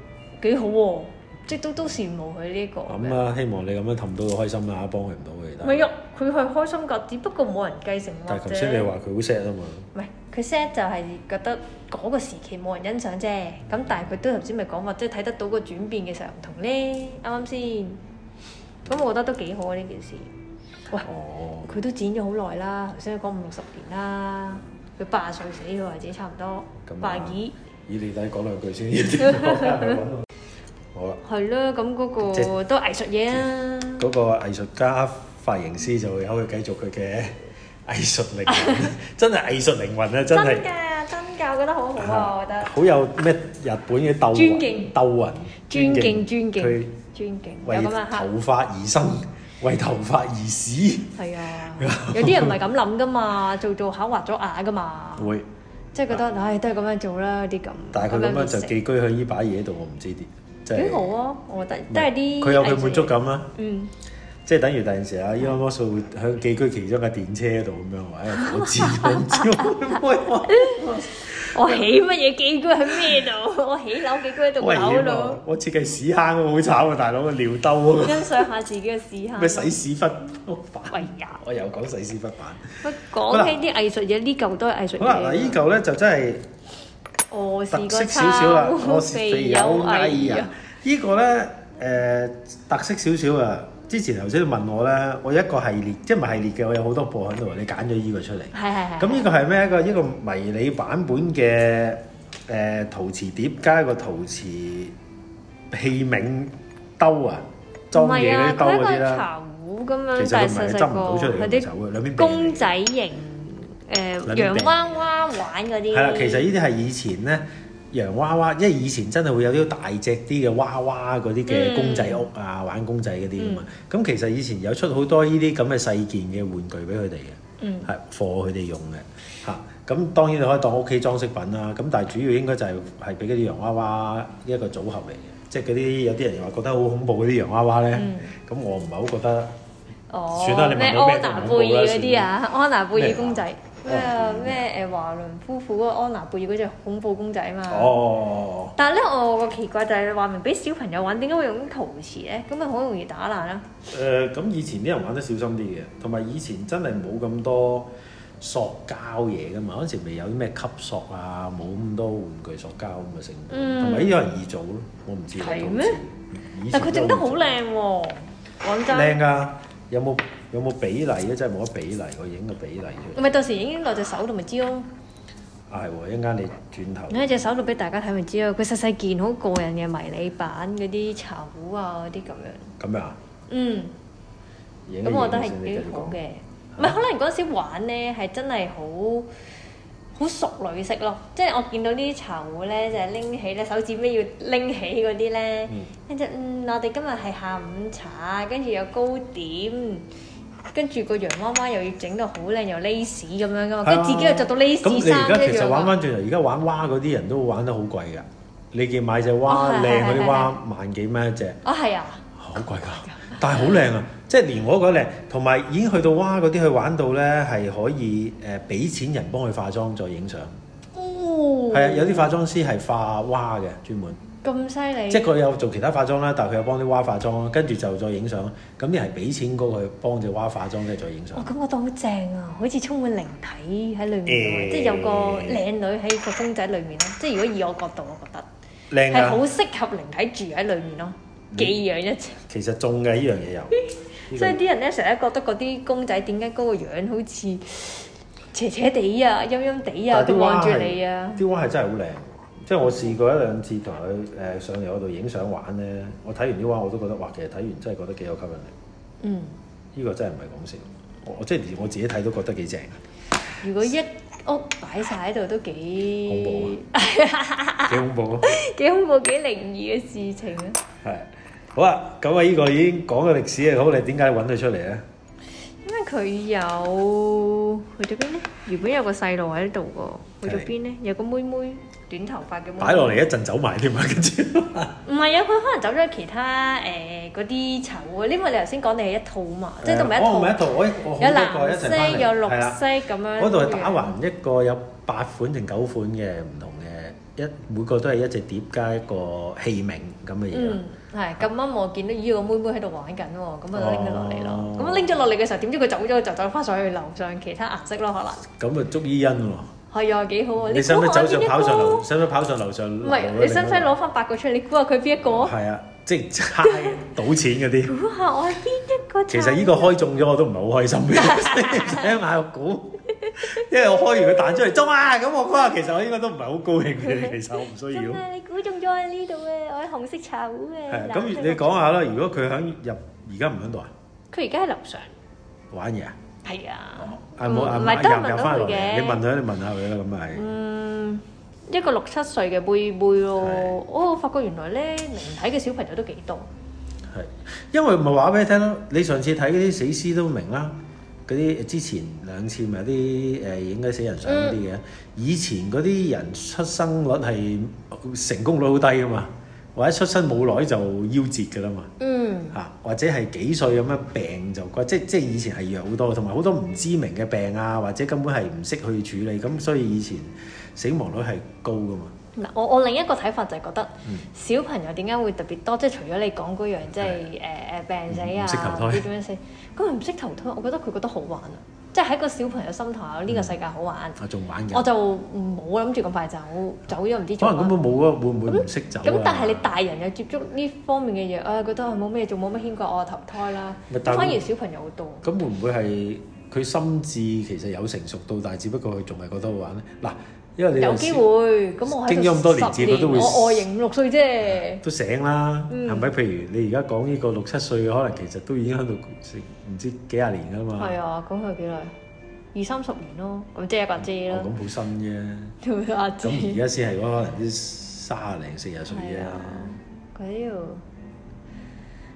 幾好喎、即係都都羨慕佢呢個
咁
嘅。
啊，希望你咁樣氹到佢開心啦，幫佢唔到佢。
唔
但
係啊，佢係開心㗎，只不過冇人繼承或
但係
者
頭先你話佢好 sad 啊嘛，
唔係佢 sad 就係覺得嗰個時期冇人欣賞啫。咁但係佢都頭先咪講話，即係睇得到個轉變嘅時候唔同咧，啱啱先？咁我覺得都幾好啊呢件事。喂，
哦，
佢都剪咗好耐啦，頭先佢講五六十年啦，佢八十歲死，佢話自己差唔多
咁啊
八二，係
咦你等講兩句先， 好啦。
啦。咁嗰
即
個
係
都藝術嘢啊，
嗰個藝術家髮型師就會有佢繼續佢嘅藝術靈 魂，真係藝術靈魂啊！真
真
係
㗎真㗎，我覺得好好啊，我覺得
啊好有咩日本嘅鬥
尊敬
魂，鬥魂，
尊敬尊敬
佢
尊敬，有
為
咁啊嚇
頭。髮而生， 為頭髮而死，
係啊，有啲人唔係咁諗噶嘛， 做做下畫咗牙噶嘛，
會，
即係覺得唉都係咁樣做啦啲咁。
但係佢咁樣就
變成
寄居喺呢把嘢度，我唔知點，即係
幾好啊！我覺得都係啲
佢有
藝術
佢
嘢
滿足。感啦。
嗯，
即係等於第陣時啊，Elon Musk 會喺寄居其中嘅電車度咁樣話，誒我 知我知，喂
我起乜嘢寄居喺咩度？ 我起樓寄居喺 度
喂
樓
喂，
度，
我設計屎坑喎，好慘啊，大佬個尿兜啊！
欣賞下自己嘅試下。
咩洗屎忽 板？
喂呀！
我又講洗屎忽 板。
喂，講起啲藝術嘢，呢嚿都係藝術
好啦， 嗱，依
嘢。
嚿咧就真係
我試
特
過
色少少 啦。
抄
我是
啊肥
肥
有
有
藝
藝
啊
人，！依個咧誒特色少少啊。之前頭先你問我咧，我一個系列，即係唔係系列嘅，我有好多部喺度，你揀咗依個出嚟。
係係係。
咁呢個係咩？一個一個迷你版本嘅誒、呃陶瓷碟加一個陶瓷器皿兜啊，裝嘢嗰啲兜嗰啲
唔係啊，佢係一個
啦。
茶壺咁樣，
其實佢
但
唔
係
係
細
執
細
唔
個
到出嚟
佢
嘅手嘅，兩邊柄
啲公仔型
兩
誒
邊
洋
柄
娃娃玩嗰啲。
係啦，其實呢啲係以前咧洋娃娃，因為以前真係會有啲大隻啲嘅娃娃嗰啲嘅
嗯
公仔屋啊，玩公仔嗰啲噶嘛。咁、其實以前有出好多呢啲咁嘅細件嘅玩具俾佢哋嘅，
嗯
係貨佢哋用嘅嚇。咁當然你可以當屋企裝飾品啦。咁但係主要應該就係係俾嗰啲洋娃娃一個組合嚟嘅，即係嗰啲有啲人話覺得好恐怖嗰啲洋娃娃咧。
嗯
咁、我唔係好覺得。
哦，
算啦你問
咩
我咩
安
都
娜
唔好
貝爾
啦
嗰啲啊，安娜貝爾
咩哦
公仔咩啊咩誒華倫夫婦嗰個安娜貝爾嗰隻恐怖公仔嘛。
哦，
但係咧，我個奇怪就係話明俾小朋友玩，點解會用陶瓷咧？咁咪好容易打爛啦。
誒、咁以前啲人玩得小心啲嘅，同埋以前真係冇咁多塑膠嘢噶嘛，嗰陣時未有啲咩吸塑啊，冇咁多玩具塑膠咁嘅成
嗯
分，同埋呢樣易做咯，我唔知你
係
知唔
咩
知以前
但佢整得好
都易做
靚喎，講真。
靚㗎，有冇有冇比例咧？真係冇得比例，我影個比例出嚟。
咪到時影落隻手度咪知咯。
啊係喎，一陣間你轉頭。
攞隻手度俾大家睇咪知咯，佢細細件好個人嘅迷你版嗰啲茶壺啊嗰啲咁樣，
咁樣啊，
嗯，
影
咁我覺得係幾
幾
好嘅。唔係可能嗰陣時玩咧係真係好好熟女式咯，即係我見到呢啲茶壺咧就係拎起咧手指尾要拎起嗰啲咧
嗯，
跟住嗯我哋今日係下午茶，跟住有糕點。跟住個洋娃娃又要整到好靚，又 lace 咁樣噶嘛，哦跟住自己又着到 lace
啊咁你而
衫一樣啊㗎
家
嘛。
其實玩翻轉頭，而家玩蛙嗰啲人都玩得好貴㗎。你見買隻蛙
哦係
靚嗰
係係
啲蛙萬幾蚊一隻，
啊係啊！
好貴㗎，但係好靚啊！即係連我都覺得靚，同埋已經去到蛙嗰啲去玩到咧，係可以誒俾、錢人幫佢化妝再影相。
哦，
係啊，有啲化妝師係化蛙嘅專門，
咁犀利，
即係佢有做其他化妝啦，但係佢有幫啲蛙化妝，跟住就再影相。咁啲人係俾錢嗰個去幫只蛙化妝，跟住再影相
哦我。感覺到好正啊，好似充滿靈體喺裏面喎，
誒
即係有個靚女喺個公仔裏面咯。即係如果以我角度，我覺得
靚
係好
啊！
適合靈體住喺裏面咯，
嗯
寄養一隻。
其實中嘅呢樣 嘢有，
所以
呢
啲人咧成日覺得嗰啲公仔點解嗰個樣好似斜斜地啊、陰陰地
但係
啊，佢
啲
望
蛙
住
係
你啊。
啲蛙係真係好靚。即係我試過一兩次同佢誒呃上嚟我度影相玩咧，我睇完啲蛙我都覺得哇，其實睇完真係覺得幾有吸引力。
嗯，
呢個真係唔係講笑，我我即係連我自己睇都覺得幾
啊
正，幾
如果一屋擺晒喺度都幾
啊
啊
恐怖咯。
幾恐怖、幾靈異嘅事情啊！
係好啦，咁啊呢個已經講咗歷史啊嘅，好你點解揾佢出嚟啊咧？
因為佢有去咗邊呢？原本有個細路喺度噶，去咗邊呢？有個妹妹短頭髮嘅妹妹
擺落嚟一陣走埋添啊，跟住
唔係啊，佢可能走咗去其他誒嗰啲籌啊，因為你頭先講你係一套嘛，即係都唔係一
我哦唔係一，套，
套
我我好
有
多個一齊
藍色
翻嚟，
有綠
係啦
色咁樣。
嗰度係打橫一個有八款定九款嘅唔同嘅一每個都係一隻碟加一個器皿咁嘅嘢啦。
嗯，係咁啱我見到依個妹妹喺度玩緊喎，咁啊拎咗落嚟
哦
咯。咁拎咗落嚟嘅時候，點知佢走咗，就走翻上去樓上其他顏色咯，可
咁啊捉伊恩喎，
能係啊，幾好啊！
你使唔使
估
走
下我
上
邊一
跑上
個
樓？使唔使跑上樓上？
唔係，你使唔使攞翻八個出嚟？你估下佢邊一個？
我？係啊，即係猜賭 錢嗰啲。
估下我係邊一個？
其實呢個開中咗我都唔係好開心嘅，你唔使買個股，因為我開完個蛋出嚟中啊！咁我嗰下其實我應該都唔係好高興 嘅，其實我唔需要
真。係你估中咗喺呢度嘅，我喺紅色茶壺嘅。
係咁，你講下啦。如果佢喺入而家唔喺度啊，
佢而家喺樓上，
玩嘢啊？
係啊，
啊冇啊，唔
唔係都係
入
問
入
到
翻
佢
落嚟，你問
嘅。
佢，你問下佢啦，咁咪係
嗯，一個六七歲嘅妹妹咯
係，
哦我發覺原來咧靈體嘅小朋友都幾多。
係，因為咪話俾你聽咯。你上次睇嗰啲死屍都明啦，嗰啲之前兩次咪有啲誒影嗰死人相嗰啲
嗯
嘅，以前嗰啲人出生率係成功率好低噶嘛，或者出生冇耐就夭折噶啦嘛。
嗯，
嚇，或者係幾歲咁樣病就骨，即即以前係弱好多，同埋好多唔知名嘅病啊，或者根本係唔識去處理，咁所以以前死亡率係高噶嘛。
嗱，我我另一個睇法就係覺得小朋友點解會特別多？即係除咗你講嗰樣，即係誒誒病死啊，
唔識投胎
唔知點樣死，佢唔識投胎，我覺得佢覺得好玩啊！即係喺個小朋友心態，呢個世界好玩。
啊，仲玩
我
嘅，
就冇諗住咁快走，走咗唔知做
可
乜
能根本冇啊，會唔會唔識走啊
咁但係你大人又接觸呢方面嘅嘢，啊覺得啊冇咩做，冇乜牽掛，我投胎啦。
咪但
反而小朋友好多。
咁會唔會係佢心智其實有成熟到，但係只不過佢仲係覺得好玩咧？嗱，因為你
有
時
機會，咁我喺
經咗咁多年
十
節佢都會
我外形五六歲啫。
都醒啦，
嗯
係咪、譬如你而家講呢個六七歲嘅，可能其實都已經喺度成唔知幾廿年噶啦嘛。
係啊，咁佢幾耐？二三十年咯，咁即係一個阿姐
哦
啦，
咁好新啫。
做 阿姐。
咁而家先係可能啲三廿零四廿歲
係
啫，
啊，佢要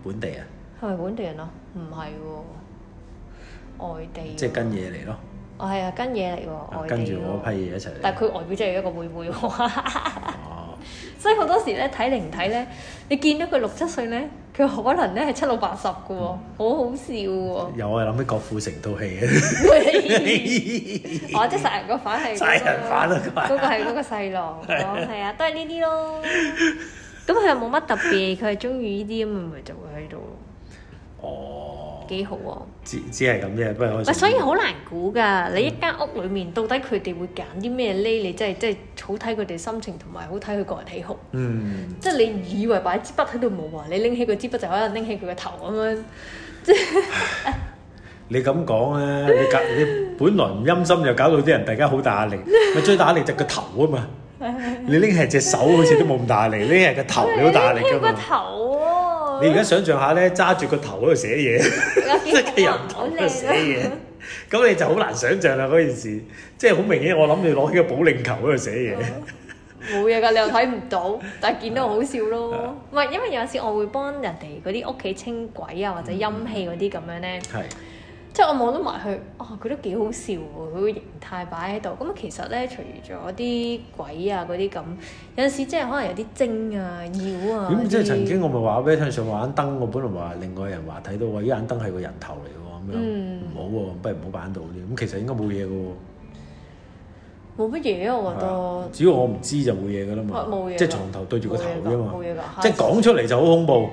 本地啊，
係咪本地人啊？唔係喎，外地喎。
即係跟嘢嚟咯，
哦，係啊，跟嘢
啊
嚟喎，外地
跟住我
喎
批嘢一齊
但
嚟。
係佢外表真係一個妹妹喎，
哦，
所以好多時咧睇靈體咧，你見到佢六七歲咧，佢可能咧係七老八十嘅喎，好好笑喎。
又我係諗起郭富城套戲
喂
嘅，
哦，即係殺人個反係嗰個
殺人犯啊佢話
嗰個係嗰個細路，哦係啊，都係呢啲咯。咁佢又冇乜特別，佢係中意呢啲咁，咪就會喺度咯
哦，
幾好喎。
只只係咁啫，不過我
喂，所以好難估㗎。你一間屋裡面，到底佢哋會揀啲咩呢？你真係真係好睇佢哋心情，同埋好睇佢個人喜好。
嗯，
即係你以為擺支筆喺度冇啊，你拎起個支筆就可能拎起佢個頭咁樣。
你咁講咧，你搞你本來唔陰心，又搞到啲人大家好大壓 力，咪最大壓力就個頭啊嘛。你拎係隻手好似都冇咁大壓力，拎係個頭你好大壓力
拎起
㗎
個
嘛。
頭喎。
你而家想象下咧，揸住個頭喺度寫 嘢。
有
即係佢
幾
由
好啊好
頭喺
靚
度
啊
寫嘢，咁你就好難想像啦嗰件事，即係好明顯。我諗你攞起個保齡球喺度寫
哦
嘢，
冇嘢㗎，你又睇唔到，但係見到好笑
啊
咯。唔係，因為有陣時我會幫人哋嗰啲屋企清鬼啊，或
嗯
者陰氣嗰啲咁樣咧，
係
即係我望到埋去，啊佢都幾好笑喎，佢個形態擺喺度。咁其實咧，除咗啲鬼啊嗰啲咁，有陣時即係可能有啲精啊、妖啊嗰
咁
啲。
即係曾經我咪話俾你聽，上玩燈，我本來話另外人話睇到話依眼燈係個人頭嚟喎，咁樣
嗯
唔好喎，不如唔好擺喺度啲。咁其實應該冇嘢嘅喎，
冇乜嘢啊，我覺
係啊
得。
只要我唔知就冇嘢嘅啦
啊冇
嘛，
嘢
即係
㗎
床頭對住個頭啫嘛
冇，嘢㗎，
即係講出嚟就好恐怖。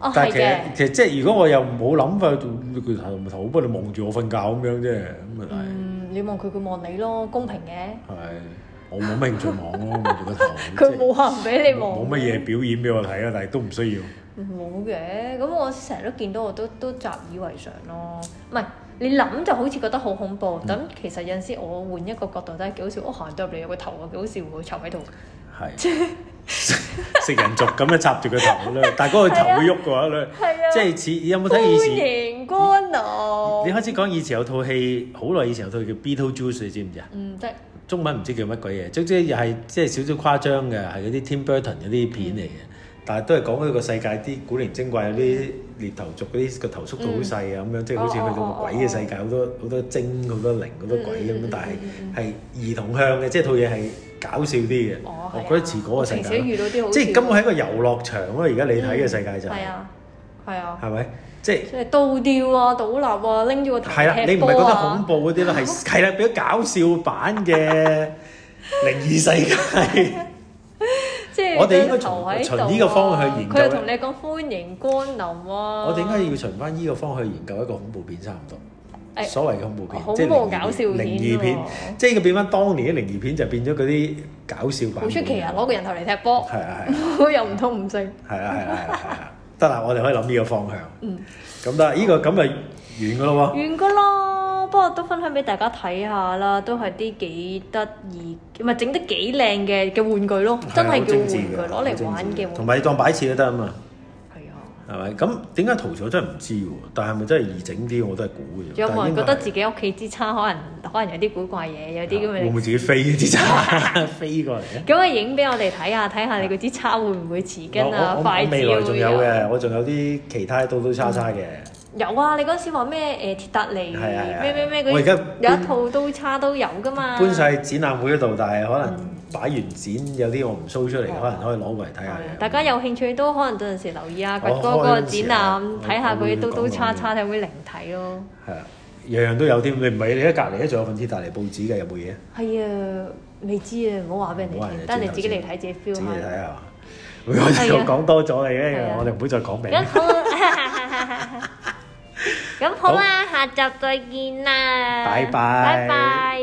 啊
但係
係
其
嘅
實，其實即係如果我又冇諗法，佢頭唔頭，不過你望住我瞓覺咁樣啫，咁咪係。
嗯，你望佢，佢望你咯，公平嘅。
係，我冇乜興趣望 咯，望住個頭。
佢冇話唔俾你望。
冇乜嘢表演俾我睇啊，但係都唔需要。
冇嘅，咁我成日都見到我都都習以為常咯。唔係你諗就好似覺得好恐
嗯
怖，咁、其實有陣時我換一個角度都係幾好笑。我行到入嚟有個頭啊，幾好笑喎，插喺度。
係。 食人族咁樣插住個頭 咧，但係嗰個頭會喐嘅話咧，
係啊
即係似有冇睇以
歡
前？
迎光臨。
你開始講以前有套戲，好耐以前有套戲叫《Beetlejuice》，你知唔知啊？
嗯，得
中文唔知叫乜鬼嘢，總之又係即係少少誇張嘅，係嗰啲 Tim Burton 嗰啲片嚟嘅，
嗯
但係都係講佢個世界啲古靈精怪嗰啲獵頭族嗰啲個頭縮到好細啊
嗯
咁樣，即係好似去到個鬼嘅世界，好
哦
多好多精、好多靈、好多鬼咁樣，
嗯
但係係兒童向嘅，即係套嘢係搞笑啲嘅，
哦係
我
啊
覺得似嗰個世
平時都
界
遇
咯，
到啲好
即係
笑啊
根本係一個遊樂場咯。而家你睇嘅
嗯
世界就係
係啊，係啊，
係咪？即係
即係倒吊啊、倒立啊、 拎住個頭
係啦，你
踢
唔係覺
波
得恐
啊。
怖嗰啲咯，係係啦，變咗搞笑版嘅靈異世界。
即係
我哋應該
個
從
頭喺
從
度
呢個方向
啊
研究
佢
咧
又同你講歡迎光臨啊喎。
我
我
哋應該要循翻呢個方向研究一個恐怖片差唔多，
誒
所謂嘅恐怖片，
恐
即係
怖
靈
搞笑
異靈異
片
片
喎，
即係佢變翻當年嘅靈異片就變咗嗰啲搞笑版。
好出奇啊！攞個人頭嚟踢波，
係啊係啊
又唔痛唔性。
係啊係啊係啊係啊！得啦，我哋可以諗呢個方向。嗯，咁得啦，呢個咁咪完噶咯喎。
完噶啦，不過都分享俾大家睇下啦，都係啲幾得意，唔係整得幾靚嘅嘅玩具咯，真
啊好
係叫
精
玩
緻
具，
嘅
攞嚟玩嘅
同
玩具。
埋你當擺設都得啊嘛，
係啊，
係咪？咁點解圖咗真係唔知喎？但係咪真係易整啲？我都係估嘅啫。
有冇人覺得自
己
己屋企支撐可能可能有啲古怪嘢，有啲咁
會唔
嘅？
會自己飛啲咋？飛過嚟咧？
咁啊，影俾我哋睇下，睇下你嗰支叉會唔會匙
我
羹啊、
啊我我
筷
我
子會
未來仲有
唔會啊
嘅，我仲有啲其他刀刀叉叉嘅。
有啊！你嗰陣時話咩誒鐵達尼
係啊係啊
嗯咩咩咩
我而
嗰
家
啲有一啊
搬
套刀叉都有噶嘛。
搬晒展覽會嗰度，但係可
嗯
能擺完展有啲我唔 show 出嚟，可能可以攞過嚟睇下嘅。
哦啊大家有興趣都可能到陣時留意下掘
我
哥嗰個
啊哦開嗰
展
陣時啊
覽，
我
睇下佢啲刀
我會
刀叉
講
叉睇會靈體咯。
係啊，樣樣都有添。你唔係你喺隔離咧，仲有份鐵達尼報紙嘅，有冇嘢？
係啊，未知啊，唔好話俾人
唔好話
哋
人
聽，
哋
得你
知
自己嚟睇自己
自
feel
己睇
下。
下嘛。我哋講多咗你
啊係
咧
啊，
我哋唔會再講名。
咁啊 啊好，咁好啦，下集再見啦，
拜拜
拜拜。